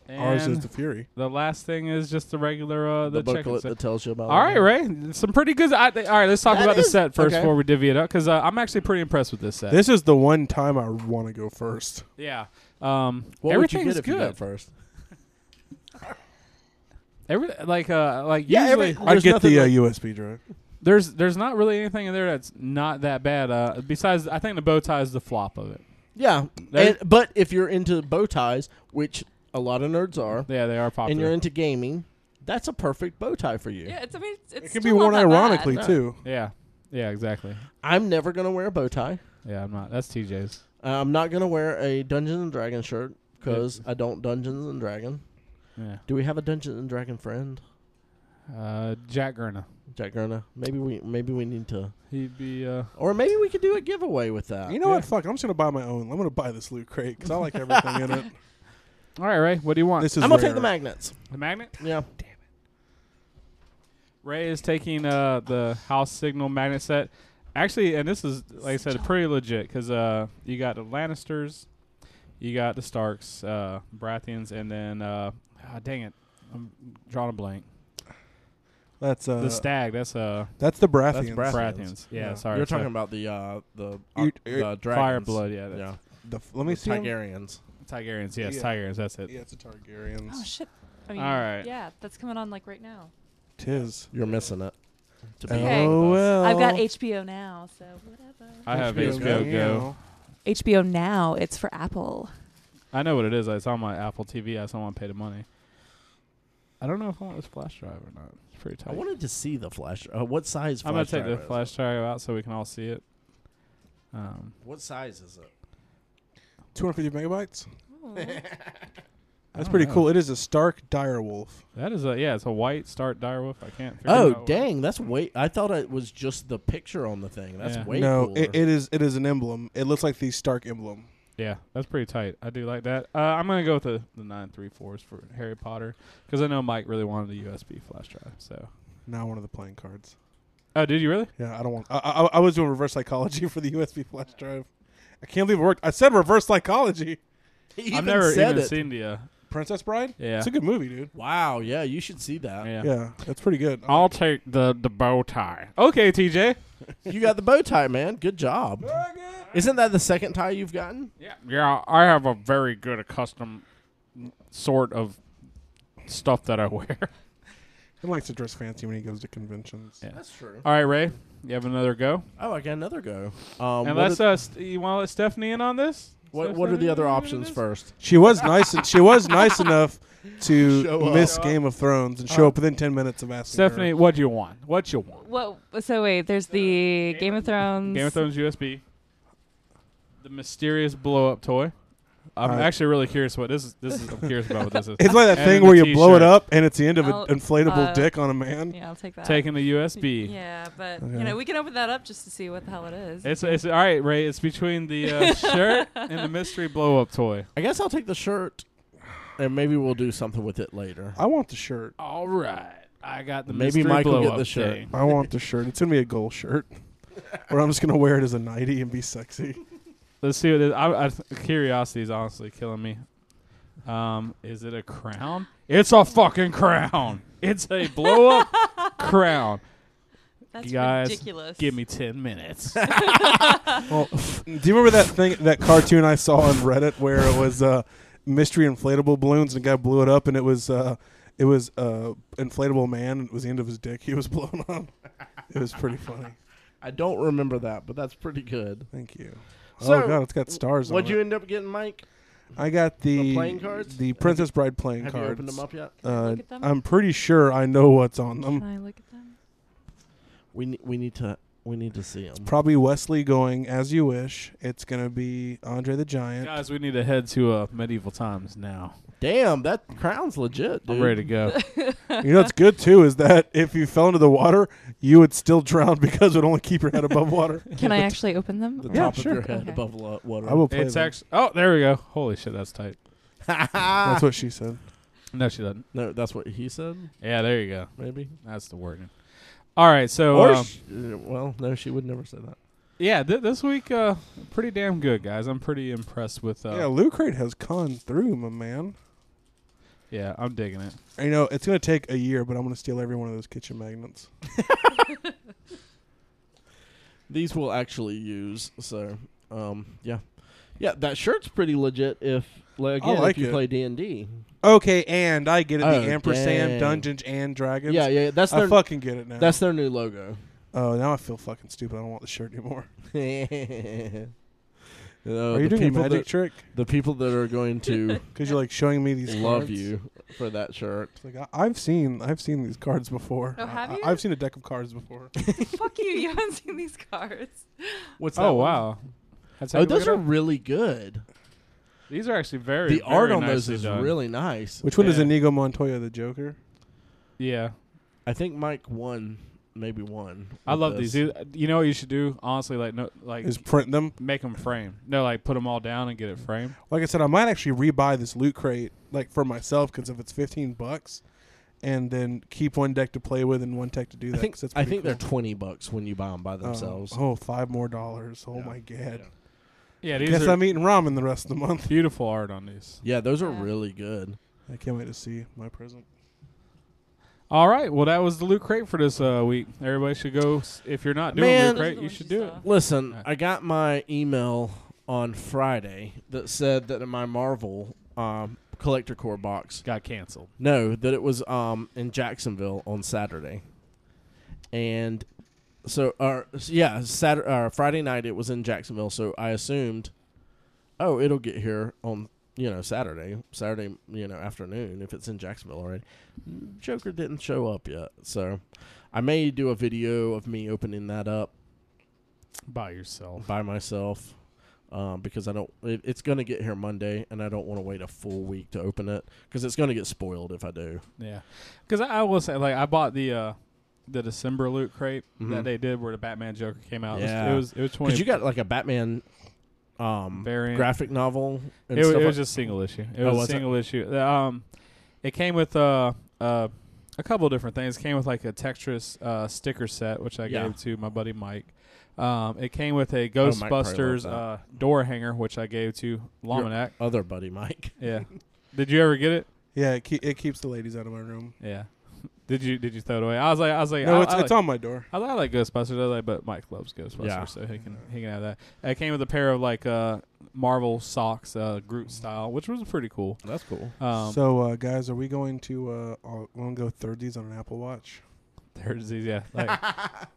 Speaker 3: ours is
Speaker 1: And
Speaker 3: the Fury.
Speaker 1: the last thing is just the regular uh,
Speaker 2: the
Speaker 1: the, check
Speaker 2: booklet
Speaker 1: set.
Speaker 2: that tells you about.
Speaker 1: All right,
Speaker 2: it.
Speaker 1: Ray. Some pretty good. I, th- all right, let's talk
Speaker 2: That
Speaker 1: about the
Speaker 2: is-
Speaker 1: set first
Speaker 2: okay.
Speaker 1: before we divvy it up because uh, I'm actually pretty impressed with this set.
Speaker 3: This is the one time I want to go first.
Speaker 1: yeah. Um,
Speaker 2: What would you
Speaker 1: everything's
Speaker 2: get if you
Speaker 1: good.
Speaker 2: got first?
Speaker 1: Every like uh like
Speaker 2: Yeah, every-
Speaker 1: usually
Speaker 3: I
Speaker 2: There's
Speaker 3: get
Speaker 2: nothing
Speaker 3: the uh,
Speaker 2: like-
Speaker 3: USB drive.
Speaker 1: there's there's not really anything in there that's not that bad. Uh, besides, I think the bow tie is the flop of it.
Speaker 2: Yeah,
Speaker 1: There-
Speaker 2: and, but if you're into bow ties, which a lot of nerds are,
Speaker 1: Yeah, they are popular.
Speaker 2: and you're into gaming, that's a perfect bow tie for you.
Speaker 4: yeah, it's. I mean, it's, it's
Speaker 3: It can be
Speaker 4: still
Speaker 3: worn
Speaker 4: not that bad.
Speaker 3: ironically
Speaker 2: No.
Speaker 3: too.
Speaker 1: yeah, yeah, exactly.
Speaker 2: I'm never gonna wear a bow tie.
Speaker 1: Yeah, I'm not. That's TJ's.
Speaker 2: I'm not gonna wear a Dungeons and Dragon shirt because I don't Dungeons and Dragon.
Speaker 1: Yeah.
Speaker 2: Do we have a Dungeons and Dragon friend,
Speaker 1: Uh, Jack Gurna.
Speaker 2: Jack Gerna? Maybe we maybe we need to,
Speaker 1: He'd be. Uh,
Speaker 2: or maybe we could do a giveaway with that.
Speaker 3: You know what? Fuck! I'm just gonna buy my own. I'm gonna buy this loot crate because I like everything in it.
Speaker 1: all right, Ray. What do you want?
Speaker 3: This is.
Speaker 2: I'm gonna take the
Speaker 3: rare.
Speaker 2: magnets.
Speaker 1: the magnet.
Speaker 2: Yeah,
Speaker 1: Ray is taking uh the house signal magnet set. Actually, and this is like I said, pretty legit because uh you got the Lannisters, you got the Starks, uh, Baratheons, and then uh, ah, dang it, I'm drawing a blank.
Speaker 3: That's uh.
Speaker 1: the stag. That's uh
Speaker 3: that's the Baratheons.
Speaker 1: that's Baratheons. Yeah,
Speaker 3: Yeah.
Speaker 1: sorry.
Speaker 2: you're
Speaker 1: sorry.
Speaker 2: talking about the uh, the uh,
Speaker 3: You-
Speaker 2: the
Speaker 3: uh,
Speaker 2: dragons.
Speaker 1: fire blood. Yeah, that's
Speaker 2: Yeah,
Speaker 3: The f- let me
Speaker 2: the
Speaker 3: see. 'em.
Speaker 2: Targaryens.
Speaker 1: Tigerians. Yes,
Speaker 3: Yeah.
Speaker 1: Tigerians. That's it.
Speaker 3: Yeah, it's a Targaryens.
Speaker 4: Oh shit. I mean,
Speaker 1: All right.
Speaker 4: Yeah, that's coming on like right now.
Speaker 3: Tis. Oh,
Speaker 2: You're missing it. To be
Speaker 4: Okay.
Speaker 2: honest with us.
Speaker 3: LOL.
Speaker 4: I've got HBO now, so whatever.
Speaker 1: I have
Speaker 2: HBO
Speaker 1: HBO Go.
Speaker 4: HBO now. It's for Apple.
Speaker 1: I know what it is. It's on my Apple TV. I just don't want to pay the money. I don't know if I want this flash drive or not. It's pretty
Speaker 2: I
Speaker 1: tight.
Speaker 2: wanted to see the flash. Uh, what size?
Speaker 1: I'm gonna
Speaker 2: flash
Speaker 1: take the
Speaker 2: drive is it?
Speaker 1: flash drive out so we can all see it. Um,
Speaker 2: What size is it?
Speaker 3: 250
Speaker 1: I
Speaker 3: megabytes.
Speaker 4: Oh.
Speaker 3: That's
Speaker 1: don't
Speaker 3: pretty
Speaker 2: Oh.
Speaker 1: know.
Speaker 3: cool. It is a Stark direwolf.
Speaker 1: That is a yeah. It's a white Stark direwolf. I can't. Figure out
Speaker 2: Oh
Speaker 1: what-
Speaker 2: dang, that's way. I thought it was just the picture on the thing. That's
Speaker 1: Yeah.
Speaker 2: way
Speaker 3: no,
Speaker 2: cooler.
Speaker 3: it, it is. It is an emblem. It looks like the Stark emblem.
Speaker 1: Yeah, that's pretty tight. I do like that. Uh, I'm gonna go with the the nine three fours for Harry Potter because I know Mike really wanted a USB flash drive. So.
Speaker 3: Now one of the playing cards.
Speaker 1: Oh, did you really?
Speaker 3: Yeah, I don't want. I, I, I was doing reverse psychology for the USB flash drive. I can't believe it worked. I said reverse psychology.
Speaker 2: He even
Speaker 1: I've never
Speaker 2: said
Speaker 1: even
Speaker 2: it.
Speaker 1: seen the. Uh,
Speaker 3: Princess Bride.
Speaker 1: yeah.
Speaker 3: It's a good movie, dude.
Speaker 2: Wow, yeah, you should see that.
Speaker 1: yeah.
Speaker 3: Yeah, that's pretty good.
Speaker 7: I'll take the, the bow tie.
Speaker 1: Okay, TJ.
Speaker 2: You got the bow tie, man. Good job. Isn't that the second tie you've gotten?
Speaker 7: Yeah, yeah, I have a very good custom sort of stuff that I wear.
Speaker 3: He likes to dress fancy when he goes to conventions.
Speaker 1: Yeah.
Speaker 2: That's true.
Speaker 1: All right, Ray. You have another go.
Speaker 2: Oh, I got another go.
Speaker 1: And
Speaker 2: Um, what,
Speaker 1: let's
Speaker 2: are,
Speaker 1: uh, st- you want to let Stephanie in on this?
Speaker 2: what,
Speaker 1: Let
Speaker 2: what are
Speaker 1: Stephanie
Speaker 2: the other
Speaker 1: in on
Speaker 2: options
Speaker 1: this?
Speaker 2: first?
Speaker 3: She was nice. and she was nice enough to
Speaker 2: Show up.
Speaker 3: miss Game of Thrones and show up within ten minutes of asking. her.
Speaker 1: Stephanie, what do you want? What you want?
Speaker 4: Well, so wait. There's the Game of Thrones.
Speaker 1: Game of Thrones USB. The mysterious blow up toy. I'm
Speaker 3: Alright.
Speaker 1: actually really curious what this is. This is I'm curious about what this is.
Speaker 3: It's like that
Speaker 1: And
Speaker 3: thing
Speaker 1: then
Speaker 3: where
Speaker 1: the
Speaker 3: you blow it
Speaker 1: t-shirt.
Speaker 3: up and it's the end of an
Speaker 4: I'll-
Speaker 3: inflatable
Speaker 4: uh,
Speaker 3: dick on a man.
Speaker 4: Yeah, I'll take that.
Speaker 1: Taking the USB.
Speaker 4: Yeah, but
Speaker 3: Okay.
Speaker 4: you know we can open that up just to see what the hell it is.
Speaker 1: It's it's all right, Ray. It's between the uh, shirt and the mystery blow up toy.
Speaker 2: I guess I'll take the shirt, and maybe we'll do something with it later.
Speaker 3: I want the shirt.
Speaker 1: All right, I got the
Speaker 2: Maybe
Speaker 1: mystery
Speaker 2: Mike will get
Speaker 1: blow-up
Speaker 2: the shirt.
Speaker 1: thing.
Speaker 3: I want the shirt. It's gonna be a goal shirt. or I'm just gonna wear it as a nightie and be sexy.
Speaker 1: Let's see what it is. I, I, curiosity is honestly killing me. Um, is it a crown? It's a fucking crown. It's a blow up crown.
Speaker 4: That's
Speaker 1: Guys,
Speaker 4: ridiculous.
Speaker 1: Give me ten minutes.
Speaker 3: Well, do you remember that thing, that cartoon I saw on Reddit where it was uh, mystery inflatable balloons and a guy blew it up and it was uh, it was uh, inflatable man. and It was the end of his dick. He was blown up. It was pretty funny.
Speaker 2: I don't remember that, but that's pretty good.
Speaker 3: Thank you.
Speaker 2: So,
Speaker 3: oh god, it's got stars.
Speaker 2: What'd
Speaker 3: on
Speaker 2: you
Speaker 3: it.
Speaker 2: end up getting, Mike?
Speaker 3: I got the,
Speaker 2: The playing cards?
Speaker 3: the Princess Bride playing
Speaker 2: Have
Speaker 3: cards.
Speaker 2: you opened them up yet?
Speaker 3: Uh,
Speaker 4: look at them? Uh-huh.
Speaker 3: I'm pretty sure I know what's on
Speaker 4: Can
Speaker 3: them.
Speaker 4: I look at them?
Speaker 2: We ne- we need to we need to see them.
Speaker 3: Probably Wesley going as you wish. It's gonna be Andre the Giant.
Speaker 1: Guys, we need to head to uh, medieval times now.
Speaker 2: Damn, that crown's legit, dude.
Speaker 1: I'm ready to go.
Speaker 3: You know what's good too is that if you fell into the water, you would still drown because it would only keep your head above water.
Speaker 4: Can I actually open them?
Speaker 2: The
Speaker 4: Or-
Speaker 3: Yeah,
Speaker 2: top
Speaker 3: sure.
Speaker 2: of your head
Speaker 4: Okay.
Speaker 2: above lo- water.
Speaker 3: I will play.
Speaker 1: it's
Speaker 3: them.
Speaker 1: actually. Oh, there we go. Holy shit, that's tight.
Speaker 3: That's what she said.
Speaker 1: No, she doesn't.
Speaker 2: no, that's what he said.
Speaker 1: Yeah, there you go.
Speaker 2: Maybe.
Speaker 1: That's the wording. All right, so
Speaker 2: or
Speaker 1: um,
Speaker 2: sh- uh, well, no, she would never say that.
Speaker 1: yeah, th- this week uh, pretty damn good, guys. I'm pretty impressed with. Uh,
Speaker 3: yeah, Loot Crate has gone through, my man.
Speaker 1: yeah, I'm digging it.
Speaker 3: You know, it's gonna take a year, but I'm gonna steal every one of those kitchen magnets.
Speaker 2: These will actually use. So, um, yeah, yeah, that shirt's pretty legit. If like,
Speaker 3: I
Speaker 2: again,
Speaker 3: like
Speaker 2: if you
Speaker 3: it.
Speaker 2: play D and D,
Speaker 3: Okay, and I get it.
Speaker 2: Oh,
Speaker 3: the ampersand
Speaker 2: dang.
Speaker 3: Dungeons and Dragons.
Speaker 2: yeah, yeah, that's
Speaker 3: I
Speaker 2: their
Speaker 3: fucking get it now.
Speaker 2: that's their new logo.
Speaker 3: oh, now I feel fucking stupid. I don't want the shirt anymore.
Speaker 2: No,
Speaker 3: Are you
Speaker 2: the
Speaker 3: doing a
Speaker 2: people
Speaker 3: magic
Speaker 2: that,
Speaker 3: trick?
Speaker 2: The people that are going to
Speaker 3: Because you're like showing me these.
Speaker 2: love
Speaker 3: cards.
Speaker 2: you for that shirt.
Speaker 3: It's Like I, I've seen, I've seen these cards before.
Speaker 4: Oh, have
Speaker 3: I,
Speaker 4: you?
Speaker 3: have seen a deck of cards before.
Speaker 4: Fuck you! You haven't seen these cards.
Speaker 2: What's
Speaker 1: Oh wow, That's how
Speaker 2: Oh,
Speaker 1: you look
Speaker 2: those
Speaker 1: it
Speaker 2: are
Speaker 1: up?
Speaker 2: really good.
Speaker 1: these are actually very
Speaker 2: the art
Speaker 1: very
Speaker 2: on those
Speaker 1: nicely
Speaker 2: is
Speaker 1: done.
Speaker 2: really nice.
Speaker 3: Which one is
Speaker 1: Yeah.
Speaker 3: Inigo Montoya the Joker?
Speaker 1: yeah.
Speaker 2: I think Mike won, maybe one.
Speaker 1: I
Speaker 2: with
Speaker 1: love
Speaker 2: this.
Speaker 1: these. You you know what you should do? Honestly, like no, like
Speaker 3: Is print them.
Speaker 1: make them frame. No, like put them all down and get it framed.
Speaker 3: Like I said, I might actually rebuy this loot crate like for myself because if it's fifteen bucks, and then keep one deck to play with and one deck to do
Speaker 2: I
Speaker 3: that.
Speaker 2: think
Speaker 3: 'cause that's
Speaker 2: I
Speaker 3: pretty
Speaker 2: think
Speaker 3: cool.
Speaker 2: they're twenty bucks when you buy them by
Speaker 3: Um,
Speaker 2: themselves.
Speaker 3: oh, five more dollars. Oh
Speaker 2: Yeah.
Speaker 3: my god.
Speaker 1: Yeah,
Speaker 3: I
Speaker 1: these
Speaker 3: Guess
Speaker 1: are
Speaker 3: I'm eating ramen the rest of the month.
Speaker 1: beautiful art on these.
Speaker 2: Yeah, those are
Speaker 4: Yeah.
Speaker 2: really good.
Speaker 3: I can't wait to see my present.
Speaker 1: All right, well that was the loot crate for this uh, week. Everybody should go s- if you're not doing
Speaker 2: Man.
Speaker 1: loot crate,
Speaker 4: Those are the
Speaker 1: you
Speaker 4: ones
Speaker 1: should
Speaker 4: you
Speaker 1: do it.
Speaker 4: saw.
Speaker 2: Listen,
Speaker 1: Alright.
Speaker 2: I got my email on Friday that said that my Marvel um, collector core box
Speaker 1: Got canceled.
Speaker 2: No, that it was um in Jacksonville on Saturday, and so our yeah Saturday or Friday night it was in Jacksonville. So I assumed, oh, it'll get here on you know Saturday, Saturday you know afternoon if it's in Jacksonville already. Joker didn't show up yet, so I may do a video of me opening that up
Speaker 1: By yourself.
Speaker 2: by myself um, because I don't. It, it's going to get here Monday, and I don't want to wait a full week to open it because it's going to get spoiled if I do.
Speaker 1: Yeah, because I, I will say, like, I bought the uh, the December loot crate
Speaker 2: Mhm.
Speaker 1: that they did where the Batman Joker came out. It was-
Speaker 2: Yeah.
Speaker 1: It was it was twenty.
Speaker 2: Because you got like a Batman um,
Speaker 1: Variant.
Speaker 2: graphic novel.
Speaker 1: it,
Speaker 2: And
Speaker 1: wa-
Speaker 2: stuff
Speaker 1: it
Speaker 2: like-
Speaker 1: was just single issue. It
Speaker 2: Oh,
Speaker 1: was,
Speaker 2: was it?
Speaker 1: single issue. The, Um, it came with uh, uh, a couple of different things. It came with like a Tetris uh, sticker set, which I
Speaker 2: Yeah.
Speaker 1: gave to my buddy Mike. Um, it came with a
Speaker 2: Oh, Mike probably loved
Speaker 1: Ghostbusters
Speaker 2: that.
Speaker 1: uh, door hanger, which I gave to Lominac.
Speaker 2: other buddy Mike.
Speaker 1: Yeah. Did you ever get it?
Speaker 3: Yeah, it, ke- it keeps the ladies out of my room. Yeah.
Speaker 1: Yeah. Did you Did you throw it away? I was like, I was like,
Speaker 3: No,
Speaker 1: I,
Speaker 3: it's
Speaker 1: I
Speaker 3: it's
Speaker 1: like,
Speaker 3: on my door.
Speaker 1: I like, I like Ghostbusters, I like, but Mike loves Ghostbusters,
Speaker 2: Yeah.
Speaker 1: so he can he can have that. It came with a pair of like uh, Marvel socks, uh, Groot style, which was pretty cool.
Speaker 2: That's cool.
Speaker 1: Um,
Speaker 3: so, uh, guys, are we going to uh, all- we're gonna go third these on an Apple Watch?
Speaker 1: There's these, yeah. Like,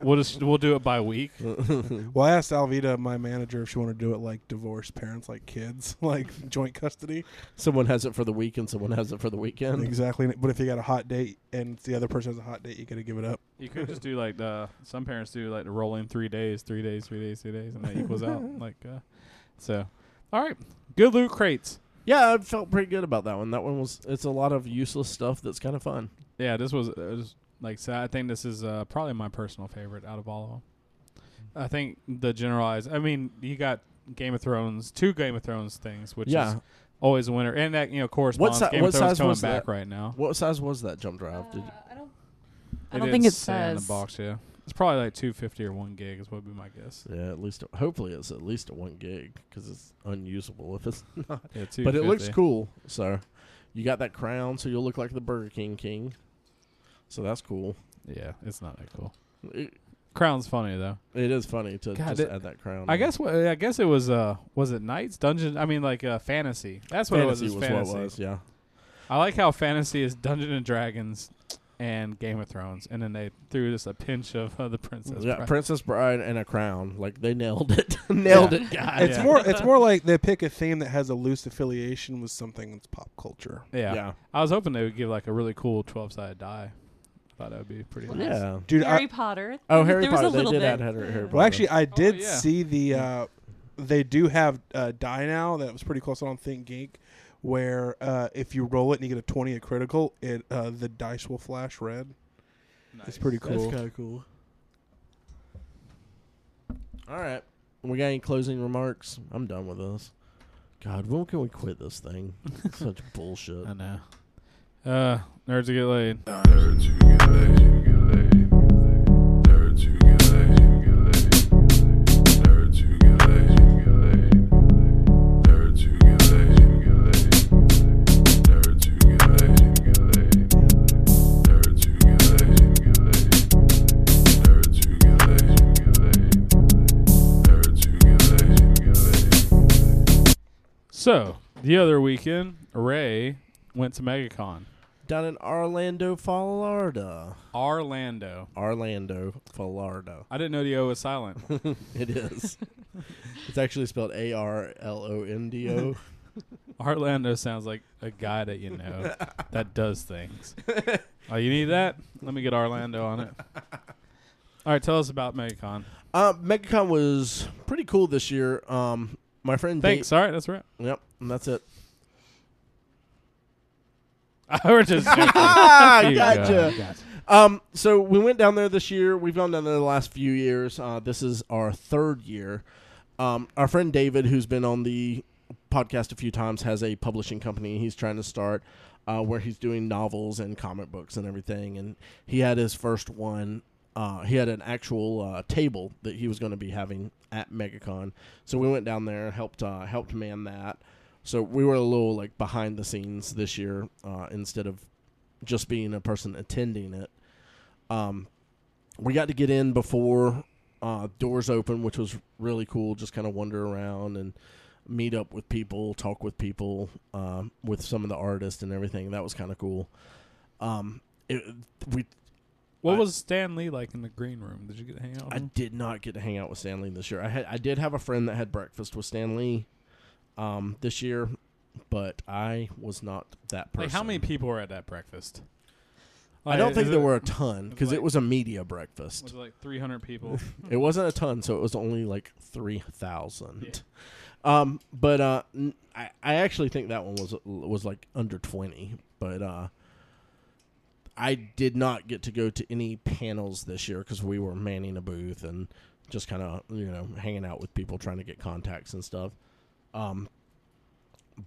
Speaker 1: we'll just we'll do it by week.
Speaker 3: Well, I asked Alvita, my manager, if she wanted to do it like divorced parents, like kids, like joint custody.
Speaker 2: Someone has it for the week and someone has it for the weekend.
Speaker 3: exactly. But if you got a hot date and the other person has a hot date, you got to give it up.
Speaker 1: You could just do like the some parents do like the rolling three days, three days, three days, three days, and that equals out. Like, uh, so all right, good loot crates.
Speaker 2: Yeah, I felt pretty good about that one. That one was. It's a lot of useless stuff that's kind of fun.
Speaker 1: Yeah, this was, it was like so I think this is uh, probably my personal favorite out of all of them. I think the generalized. I mean, you got Game of Thrones, two Game of Thrones things, which
Speaker 2: yeah.
Speaker 1: is always a winner, and that you know corresponds.
Speaker 2: si-
Speaker 1: Game
Speaker 2: what
Speaker 1: of Thrones
Speaker 2: size
Speaker 1: coming
Speaker 2: was
Speaker 1: back
Speaker 2: that?
Speaker 1: right now.
Speaker 2: What size was that jump drive? Did
Speaker 4: I don't. I don't think
Speaker 1: didn't
Speaker 4: it
Speaker 1: say on
Speaker 4: says.
Speaker 1: the box. Yeah, It's probably like 250 or 1 gig is what would be my guess.
Speaker 2: Uh, Yeah, at least hopefully it's at least a one gig because it's unusable if it's not.
Speaker 1: Yeah,
Speaker 2: But it looks
Speaker 1: 250.
Speaker 2: cool, so you got that crown, so you'll look like the Burger King king. So that's cool.
Speaker 1: Yeah, it's not that cool.
Speaker 2: It,
Speaker 1: Crown's funny though.
Speaker 2: it is funny to
Speaker 1: God,
Speaker 2: just
Speaker 1: it-
Speaker 2: add that crown.
Speaker 1: I
Speaker 2: on.
Speaker 1: guess what I guess it was uh was it Knights Dungeon? I mean like uh, fantasy. That's what
Speaker 2: fantasy
Speaker 1: it was.
Speaker 2: was,
Speaker 1: is fantasy.
Speaker 2: what it was. Yeah,
Speaker 1: I like how fantasy is Dungeon and Dragons and Game of Thrones, and then they threw just a pinch of uh, the Princess.
Speaker 2: yeah.
Speaker 1: Bride.
Speaker 2: Princess Bride and a crown. Like they nailed it. nailed it, guys.
Speaker 3: It's
Speaker 1: Yeah.
Speaker 3: more. It's more like they pick a theme that has a loose affiliation with something that's pop culture.
Speaker 1: yeah.
Speaker 2: yeah.
Speaker 1: I was hoping they would give like a really cool twelve sided die. I thought that would be pretty.
Speaker 4: Well,
Speaker 1: nice.
Speaker 2: Yeah.
Speaker 3: Dude,
Speaker 4: Harry
Speaker 3: I,
Speaker 4: Potter.
Speaker 2: Oh, Harry
Speaker 4: there
Speaker 2: Potter.
Speaker 4: Was
Speaker 2: they
Speaker 4: a little
Speaker 2: did
Speaker 4: bit.
Speaker 2: add Harry, Harry
Speaker 4: Yeah.
Speaker 2: Potter. Oh,
Speaker 3: well, actually, I did
Speaker 1: yeah.
Speaker 3: see the. Uh, they do have uh, die now that was pretty close on Think Geek, where uh, if you roll it and you get a twenty at critical, it uh, the dice will flash red. It's pretty cool.
Speaker 2: That's kind of cool. All right. We got any closing remarks? I'm done with this. God, when can we quit this thing? Such bullshit.
Speaker 1: I know. Uh, nerds who get laid. So the other weekend, Ray went to MegaCon,
Speaker 2: Down in Orlando, Florida.
Speaker 1: Orlando.
Speaker 2: Orlando, Florida.
Speaker 1: I didn't know the O was silent.
Speaker 2: It is. it's actually spelled A R L O N D O.
Speaker 1: Orlando sounds like a guy that you know that does things. Oh, you need that? Let me get Orlando on it. All right, tell us about MegaCon.
Speaker 2: Uh, MegaCon was pretty cool this year. Um, my friend.
Speaker 1: Thanks. All right, that's right.
Speaker 2: Dan- yep, and that's it.
Speaker 1: I was just joking.
Speaker 2: Ah,
Speaker 1: You got it,
Speaker 2: gotcha. Um, so we went down there this year. We've gone down there the last few years. Uh, this is our third year. Um, our friend David, who's been on the podcast a few times, has a publishing company he's trying to start uh, where he's doing novels and comic books and everything. And he had his first one. Uh, he had an actual uh, table that he was going to be having at MegaCon. So we went down there and helped uh, helped man that. So we were a little like behind the scenes this year uh, instead of just being a person attending it. Um, we got to get in before uh, doors open, which was really cool. Just kind of wander around and meet up with people, talk with people, um, with some of the artists and everything. That was kind of cool. Um, it, we
Speaker 1: What
Speaker 2: I-
Speaker 1: was Stan Lee like in the green room? Did you get to hang out? with
Speaker 2: I
Speaker 1: him?
Speaker 2: did not get to hang out with Stanley this year. I had I did have a friend that had breakfast with Stanley um, this year, but I was not that person.
Speaker 1: Like, how many people were at that breakfast?
Speaker 2: I
Speaker 1: Like,
Speaker 2: don't think
Speaker 1: is
Speaker 2: there
Speaker 1: it-
Speaker 2: were a ton because
Speaker 1: like-
Speaker 2: it was a media breakfast.
Speaker 1: Was it like 300 people?
Speaker 2: It wasn't a ton, so it was only like three thousand. Um, but uh, n- I I actually think that one was was like under twenty. But uh, I did not get to go to any panels this year because we were manning a booth and just kind of you know hanging out with people trying to get contacts and stuff. Um,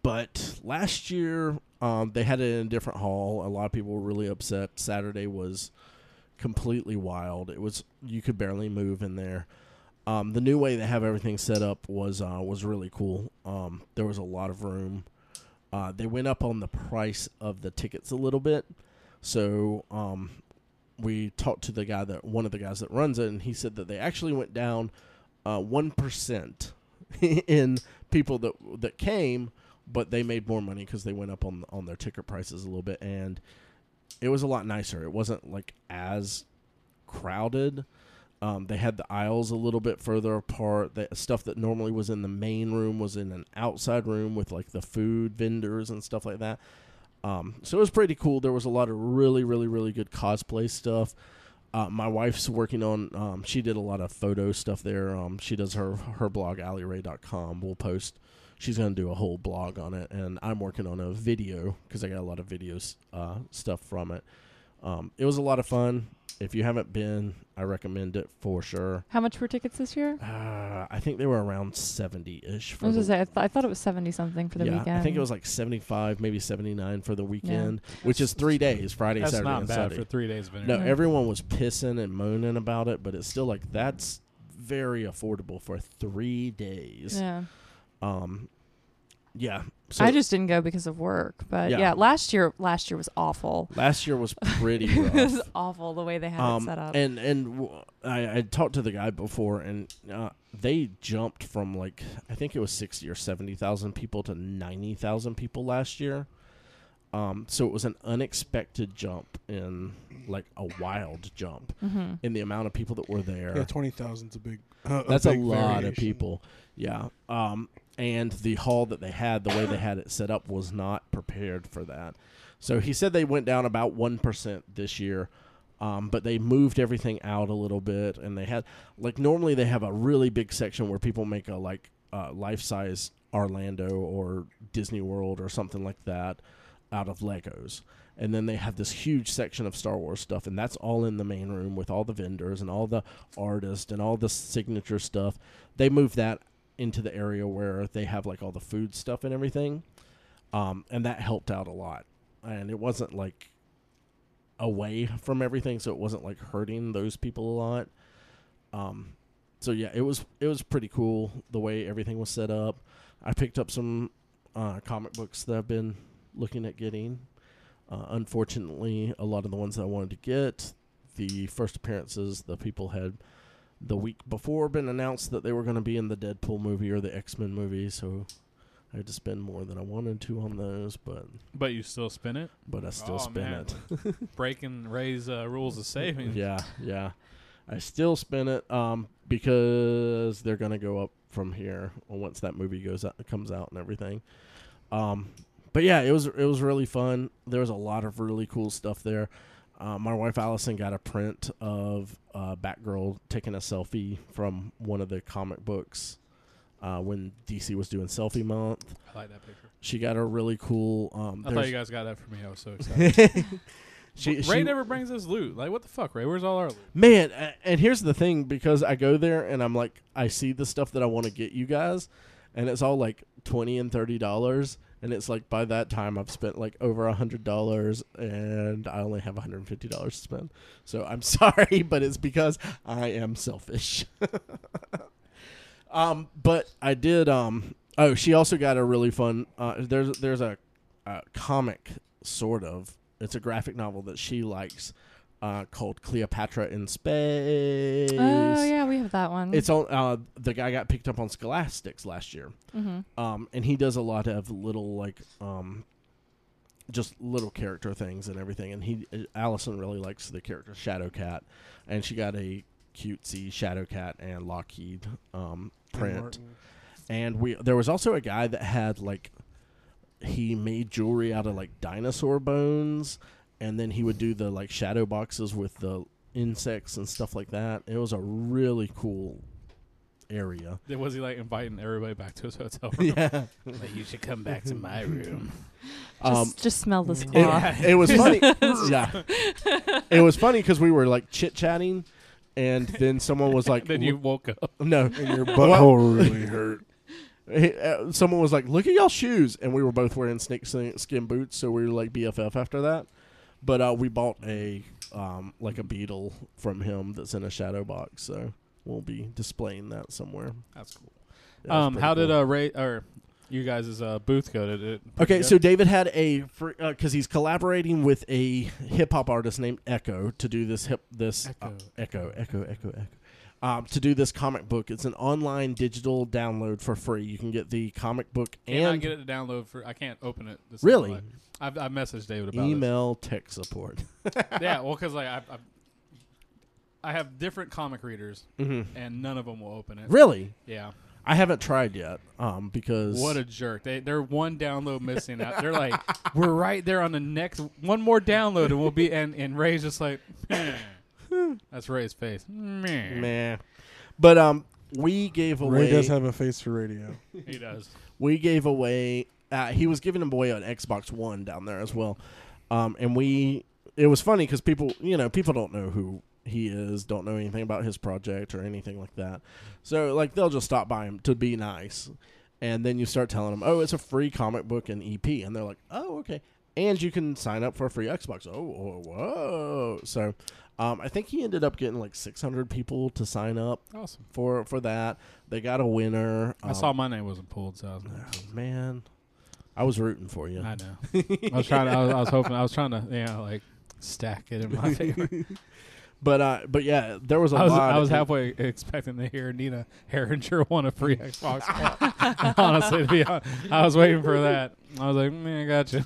Speaker 2: but last year um, they had it in a different hall. A lot of people were really upset. Saturday was completely wild. It was you could barely move in there. Um, the new way they have everything set up was uh, was really cool. Um, there was a lot of room. Uh, they went up on the price of the tickets a little bit, so um, we talked to the guy that one of the guys that runs it, and he said that they actually went down uh, one in people that that came, but they made more money because they went up on on their ticket prices a little bit, and it was a lot nicer. It wasn't like as crowded. Um, they had the aisles a little bit further apart. The stuff that normally was in the main room was in an outside room with like the food vendors and stuff like that. Um, so it was pretty cool. There was a lot of really, really, really good cosplay stuff. Uh, my wife's working on. Um, she did a lot of photo stuff there. Um, she does her her blog alleyray.com. We'll post. She's going to do a whole blog on it, and I'm working on a video because I got a lot of videos uh, stuff from it. Um, it was a lot of fun. If you haven't been, I recommend it for sure.
Speaker 4: How much were tickets this year?
Speaker 2: Uh, I think they were around seventy ish for
Speaker 4: I was
Speaker 2: the
Speaker 4: gonna say I, th- I thought it was seventy something for the
Speaker 2: yeah,
Speaker 4: weekend.
Speaker 2: I think it was like 75, maybe 79 for the weekend, which is three days Friday,
Speaker 1: That's
Speaker 2: Saturday,
Speaker 1: not
Speaker 2: and
Speaker 1: bad
Speaker 2: Sunday.
Speaker 1: for three days of
Speaker 2: no,
Speaker 1: internet.
Speaker 4: Yeah.
Speaker 2: everyone was pissing and moaning about it, but it's still like that's very affordable for three days.
Speaker 4: Yeah,
Speaker 2: Um, yeah. So
Speaker 4: I just didn't go because of work. But
Speaker 2: Yeah.
Speaker 4: yeah, last year last year was awful.
Speaker 2: last year was pretty
Speaker 4: it was
Speaker 2: rough.
Speaker 4: awful the way they had it
Speaker 2: Um,
Speaker 4: set up.
Speaker 2: and and w- I, I talked to the guy before, and uh, they jumped from like I think it was sixty or seventy thousand people to ninety thousand people last year. Um, so it was an unexpected jump in like a wild jump
Speaker 4: mm-hmm.
Speaker 2: in the amount of people that were there.
Speaker 3: Yeah, twenty thousand's a big. Uh,
Speaker 2: That's a,
Speaker 3: big
Speaker 2: lot of
Speaker 3: variation.
Speaker 2: people. Yeah. Um, and the hall that they had, the way they had it set up, was not prepared for that. So he said they went down about 1% this year, um, but they moved everything out a little bit. And they had, like, normally they have a really big section where people make a, like, uh, life size Orlando or Disney World or something like that out of Legos. And then they have this huge section of Star Wars stuff, and that's all in the main room with all the vendors and all the artists and all the signature stuff. They move that into the area where they have like all the food stuff and everything, um, and that helped out a lot. And it wasn't like away from everything, so it wasn't like hurting those people a lot. Um, so yeah, it was it was pretty cool the way everything was set up. I picked up some uh, comic books that I've been looking at getting. Uh, unfortunately, a lot of the ones that I wanted to get, the first appearances, the people had the week before been announced that they were going to be in the Deadpool movie or the X Men movie, so I had to spend more than I wanted to on those, but
Speaker 1: But you still spin it,
Speaker 2: but I still
Speaker 1: Oh,
Speaker 2: spent
Speaker 1: man.
Speaker 2: it.
Speaker 1: breaking Ray's uh, rules of saving.
Speaker 2: Yeah, yeah. I still spin it um, because they're gonna go up from here once that movie goes out, comes out and everything. Um, but yeah, it was it was really fun. There was a lot of really cool stuff there. Uh, my wife Allison got a print of uh, Batgirl taking a selfie from one of the comic books uh, when DC was doing Selfie Month.
Speaker 1: I like that picture.
Speaker 2: She got a really cool. Um,
Speaker 1: I thought
Speaker 2: there's-
Speaker 1: you guys got that for me. I was so excited.
Speaker 2: she,
Speaker 1: Ray
Speaker 2: she-
Speaker 1: never brings us loot. Like, what the fuck, Ray? Where's all our loot?
Speaker 2: Man, a- and here's the thing because I go there and I'm like, I see the stuff that I want to get you guys, and it's all like twenty and thirty dollars, and it's like by that time I've spent like over a hundred dollars, and I only have one hundred and fifty dollars to spend. So I'm sorry, but it's because I am selfish. um, but I did. Um, oh, she also got a really fun. Uh, there's there's a, a comic sort of. It's a graphic novel that she likes, uh, called Cleopatra in Space.
Speaker 4: oh yeah, we have that one.
Speaker 2: It's on. Uh, the guy got picked up on Scholastics last year
Speaker 4: mm-hmm.
Speaker 2: um, and he does a lot of little like um, just little character things and everything. And he uh, Allison really likes the character Shadow Cat, and she got a cutesy Shadow Cat and Lockheed um, print. And we there was also a guy that had like he made jewelry out of like dinosaur bones, and then he would do the like shadow boxes with the insects and stuff like that. It was a really cool area.
Speaker 1: Then Was he like inviting everybody back to his hotel room?
Speaker 2: yeah.
Speaker 7: you should come back to my room.
Speaker 4: Just,
Speaker 2: Um,
Speaker 4: just smell this
Speaker 2: It,
Speaker 4: cloth.
Speaker 2: it was funny. yeah. It was funny because we were like chit chatting, and then someone was like,
Speaker 1: then you woke up.
Speaker 2: "Look- No.
Speaker 3: And your butthole really hurt.
Speaker 2: He- uh, Someone was like, look at y'all shoes. And we were both wearing snake skin skin boots, so we were like BFF after that. But uh, we bought a, um, like a beetle from him that's in a shadow box, so we'll be displaying that somewhere.
Speaker 1: That's cool.
Speaker 2: That was
Speaker 1: Um,
Speaker 2: pretty
Speaker 1: how
Speaker 2: cool.
Speaker 1: did uh Ray or you guys' uh booth go? Did it? pretty
Speaker 2: Okay,
Speaker 1: good?
Speaker 2: so David had a because uh 'cause he's collaborating with a hip hop artist named Echo to do this hip this uh, Echo Echo Echo Echo um, to do this comic book. It's an online digital download for free. You can get the comic book
Speaker 1: Can I
Speaker 2: and
Speaker 1: get it to download for? I can't open it. This
Speaker 2: Really?
Speaker 1: I've, I messaged David about
Speaker 2: email tech support.
Speaker 1: This. Yeah, well, because like I, I, I have different comic readers,
Speaker 3: Mm-hmm.
Speaker 2: Mhm.
Speaker 1: and none of them will open it.
Speaker 2: Really,
Speaker 1: Yeah.
Speaker 2: I haven't tried yet um, because
Speaker 1: What a jerk! They they're one download missing out. They're like, we're right there on the next one more download, and we'll be and and Ray's just like, "Meh." that's Ray's face. Meh.
Speaker 2: meh. But um, we gave away.
Speaker 3: Ray does have a face for radio.
Speaker 1: He does.
Speaker 2: we gave away uh, he was giving away an xbox one down there as well um, and we it was funny because people, you know, people don't know who he is, don't know anything about his project or anything like that. So like they'll just stop by him to be nice, and then you start telling them, oh, it's a free comic book and EP, and they're like, oh, okay, and you can sign up for a free Xbox. Oh, oh, whoa! So. Um, I think he ended up getting like 600 people to sign up
Speaker 1: Awesome.
Speaker 2: for for that. They got a winner.
Speaker 1: I saw my name wasn't pulled, so I was,
Speaker 2: Oh, man, I was rooting for you.
Speaker 1: I know. I was trying. To, I, was, I was hoping. I was trying to, you know, like stack it in my favor.
Speaker 2: But uh, but yeah, there was a
Speaker 1: I was,
Speaker 2: lot.
Speaker 1: I was
Speaker 2: and-
Speaker 1: halfway expecting to hear Nina Herringer want a free Xbox. One. Honestly, to be honest, I was waiting for that. I was like, man, I got you.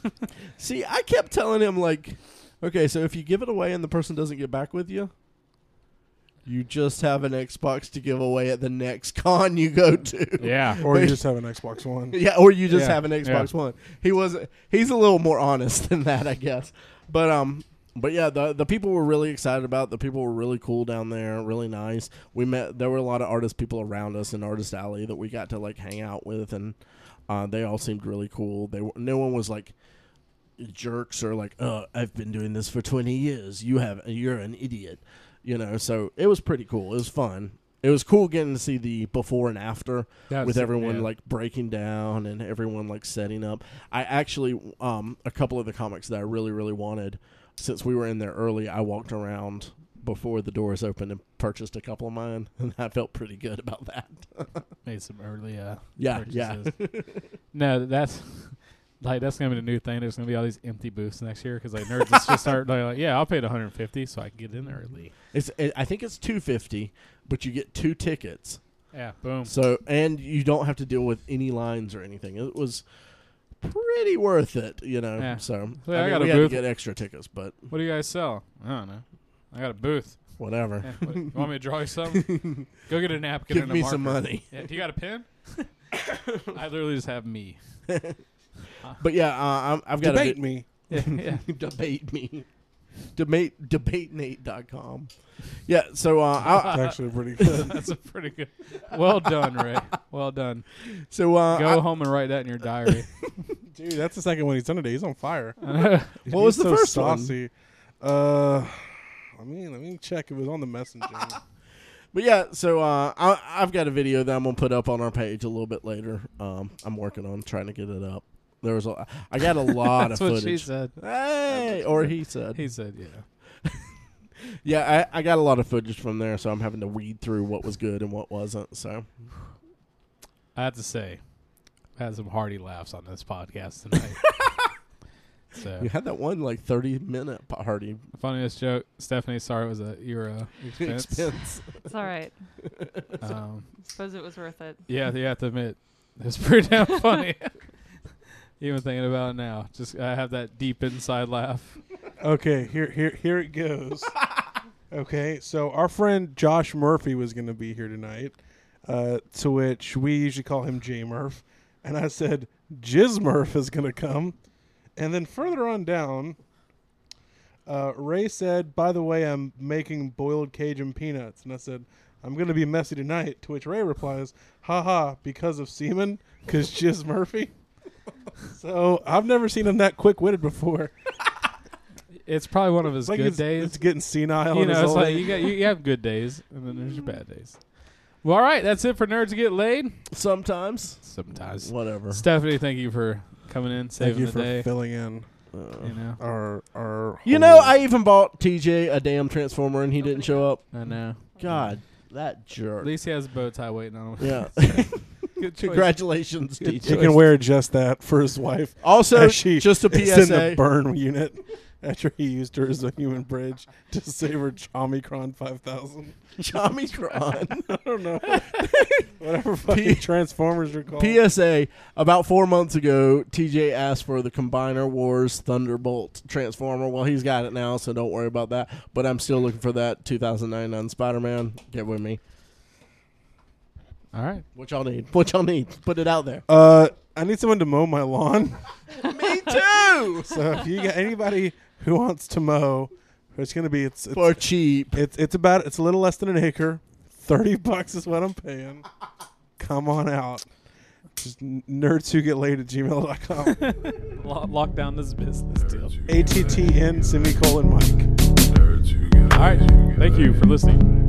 Speaker 2: See, I kept telling him like, okay, so if you give it away and the person doesn't get back with you, you just have an Xbox to give away at the next con you go to.
Speaker 1: Yeah.
Speaker 3: Or you just have an Xbox One.
Speaker 2: Yeah, or you just
Speaker 1: Yeah,
Speaker 2: have an Xbox One. He was he's a little more honest than that, I guess. But um but yeah, the the people were really excited about. it. The people were really cool down there, really nice. We met there were a lot of artist people around us in Artist Alley that we got to like hang out with and uh, they all seemed really cool. They were, no one was like jerks or like, "Uh, I've been doing this for 20 years. You have you're an idiot." You know, so it was pretty cool. It was fun. It was cool getting to see the before and after
Speaker 1: That's-
Speaker 2: with everyone
Speaker 1: yeah.
Speaker 2: like breaking down and everyone like setting up. I actually um a couple of the comics that I really really wanted since we were in there early, I walked around before the doors opened and purchased a couple of mine and I felt pretty good about that.
Speaker 1: Made some early. Uh,
Speaker 2: Yeah, yeah.
Speaker 1: purchases. no, that's like that's gonna be the new thing. There's gonna be all these empty booths next year because like nerds just- just start like, like, yeah, I'll pay the 150 so I can get in early.
Speaker 2: It's it, I think it's 250, but you get two tickets.
Speaker 1: Yeah. Boom.
Speaker 2: So and you don't have to deal with any lines or anything. It was pretty worth it, you know.
Speaker 1: Yeah.
Speaker 2: So
Speaker 1: Yeah,
Speaker 2: I,
Speaker 1: I
Speaker 2: mean,
Speaker 1: got
Speaker 2: we
Speaker 1: a
Speaker 2: had to
Speaker 1: booth.
Speaker 2: get extra tickets, but
Speaker 1: What do you guys sell? I don't know. I got a booth.
Speaker 2: whatever.
Speaker 1: Eh, what- you want me to draw you something? Go get a napkin.
Speaker 2: Give
Speaker 1: and a
Speaker 2: me some
Speaker 1: marker.
Speaker 2: money.
Speaker 1: Yeah, do you got a pen? I literally just have me.
Speaker 2: But yeah, uh, I'm, I've got a,
Speaker 3: Debate
Speaker 2: vi-
Speaker 3: me.
Speaker 1: Yeah, yeah.
Speaker 2: debate me. Debate debatenate.com. Yeah, so uh, I,
Speaker 3: It's actually pretty good.
Speaker 1: That's a pretty good. Well done, Ray. Well done.
Speaker 2: so uh,
Speaker 1: Go
Speaker 2: I-
Speaker 1: home and write that in your diary.
Speaker 3: Dude, that's the second one he's done today. He's on fire.
Speaker 2: what was
Speaker 3: He's
Speaker 2: the
Speaker 3: so
Speaker 2: first one?
Speaker 3: saucy. Uh, let me let me check. It was on the messenger.
Speaker 2: But yeah, so uh, I, I've got a video that I'm gonna put up on our page a little bit later. Um, I'm working on trying to get it up. There was a, I got a lot of
Speaker 1: That's what she
Speaker 2: footage.
Speaker 1: said.
Speaker 2: Hey, or he said.
Speaker 1: He said, "Yeah."
Speaker 2: Yeah, I, I got a lot of footage from there, so I'm having to weed through what was good and what wasn't. So
Speaker 1: I have to say, I had some hearty laughs on this podcast tonight. so,
Speaker 2: we had that one like 30 minute party
Speaker 1: funniest joke, Stephanie. Sorry, it was a euro expense.
Speaker 2: expense.
Speaker 4: It's all right.
Speaker 1: Um,
Speaker 4: Suppose it was worth it.
Speaker 1: yeah, you have to admit, it was pretty damn funny. Even thinking about it now, just I have that deep inside laugh.
Speaker 3: Okay, here here here it goes. okay, so our friend Josh Murphy was going to be here tonight, uh, to which we usually call him J Murph, and I said Jizz Murph is going to come, and then further on down, uh, Ray said, "By the way, I'm making boiled Cajun peanuts," and I said. I'm gonna be messy tonight. To which Ray replies, "Ha ha! Because of semen, because Jizz Murphy." so I've never seen him that quick-witted before.
Speaker 1: It's probably one of his
Speaker 3: It's like
Speaker 1: good
Speaker 3: it's,
Speaker 1: days.
Speaker 3: it's getting senile.
Speaker 1: you
Speaker 3: in his
Speaker 1: know,
Speaker 3: Mm.
Speaker 1: it's
Speaker 3: old
Speaker 1: like
Speaker 3: age.
Speaker 1: you got you, you have good days and then there's your bad days. Well, all right, that's it for nerds get laid.
Speaker 2: Sometimes,
Speaker 1: Sometimes,
Speaker 2: whatever.
Speaker 1: Stephanie, thank you for coming in,
Speaker 3: Thank
Speaker 1: saving
Speaker 3: you
Speaker 1: the
Speaker 3: for
Speaker 1: day.
Speaker 3: filling in
Speaker 2: Uh,
Speaker 1: you know,
Speaker 3: our our.
Speaker 2: You
Speaker 3: whole-
Speaker 2: know, I even bought TJ a damn transformer and he didn't show up.
Speaker 1: I know.
Speaker 2: God, that
Speaker 1: At
Speaker 2: jerk.
Speaker 1: least he has a bow tie waiting on him.
Speaker 2: Yeah.
Speaker 1: Good choice.
Speaker 2: Congratulations,
Speaker 3: he
Speaker 2: TJ.
Speaker 3: can wear just that for his wife.
Speaker 2: Also,
Speaker 3: as she
Speaker 2: just a
Speaker 3: is in the
Speaker 2: PSA.
Speaker 3: burn unit after he used her as a human bridge to save her Omicron five thousand.
Speaker 2: Tommy Cron.
Speaker 3: I don't know whatever fucking Transformers are called.
Speaker 2: PSA. About four months ago, TJ asked for the Combiner Wars Thunderbolt Transformer. Well, he's got it now, so don't worry about that. But I'm still looking for that 2099 Spider-Man. Get with me.
Speaker 1: All right.
Speaker 2: What y'all need? What y'all need? Put it out there.
Speaker 3: uh, I need someone to mow my lawn.
Speaker 2: me too.
Speaker 3: So if you got anybody who wants to mow, it's gonna be it's, it's
Speaker 2: For cheap.
Speaker 3: It's it's about it's a little less than an acre. Thirty bucks is what I'm paying. Come on out. Just n- nerds who get laid at gmail.com.
Speaker 1: Lo- lock down this business deal.
Speaker 3: ATTN semicolon Mike.
Speaker 1: All right. Thank you for listening.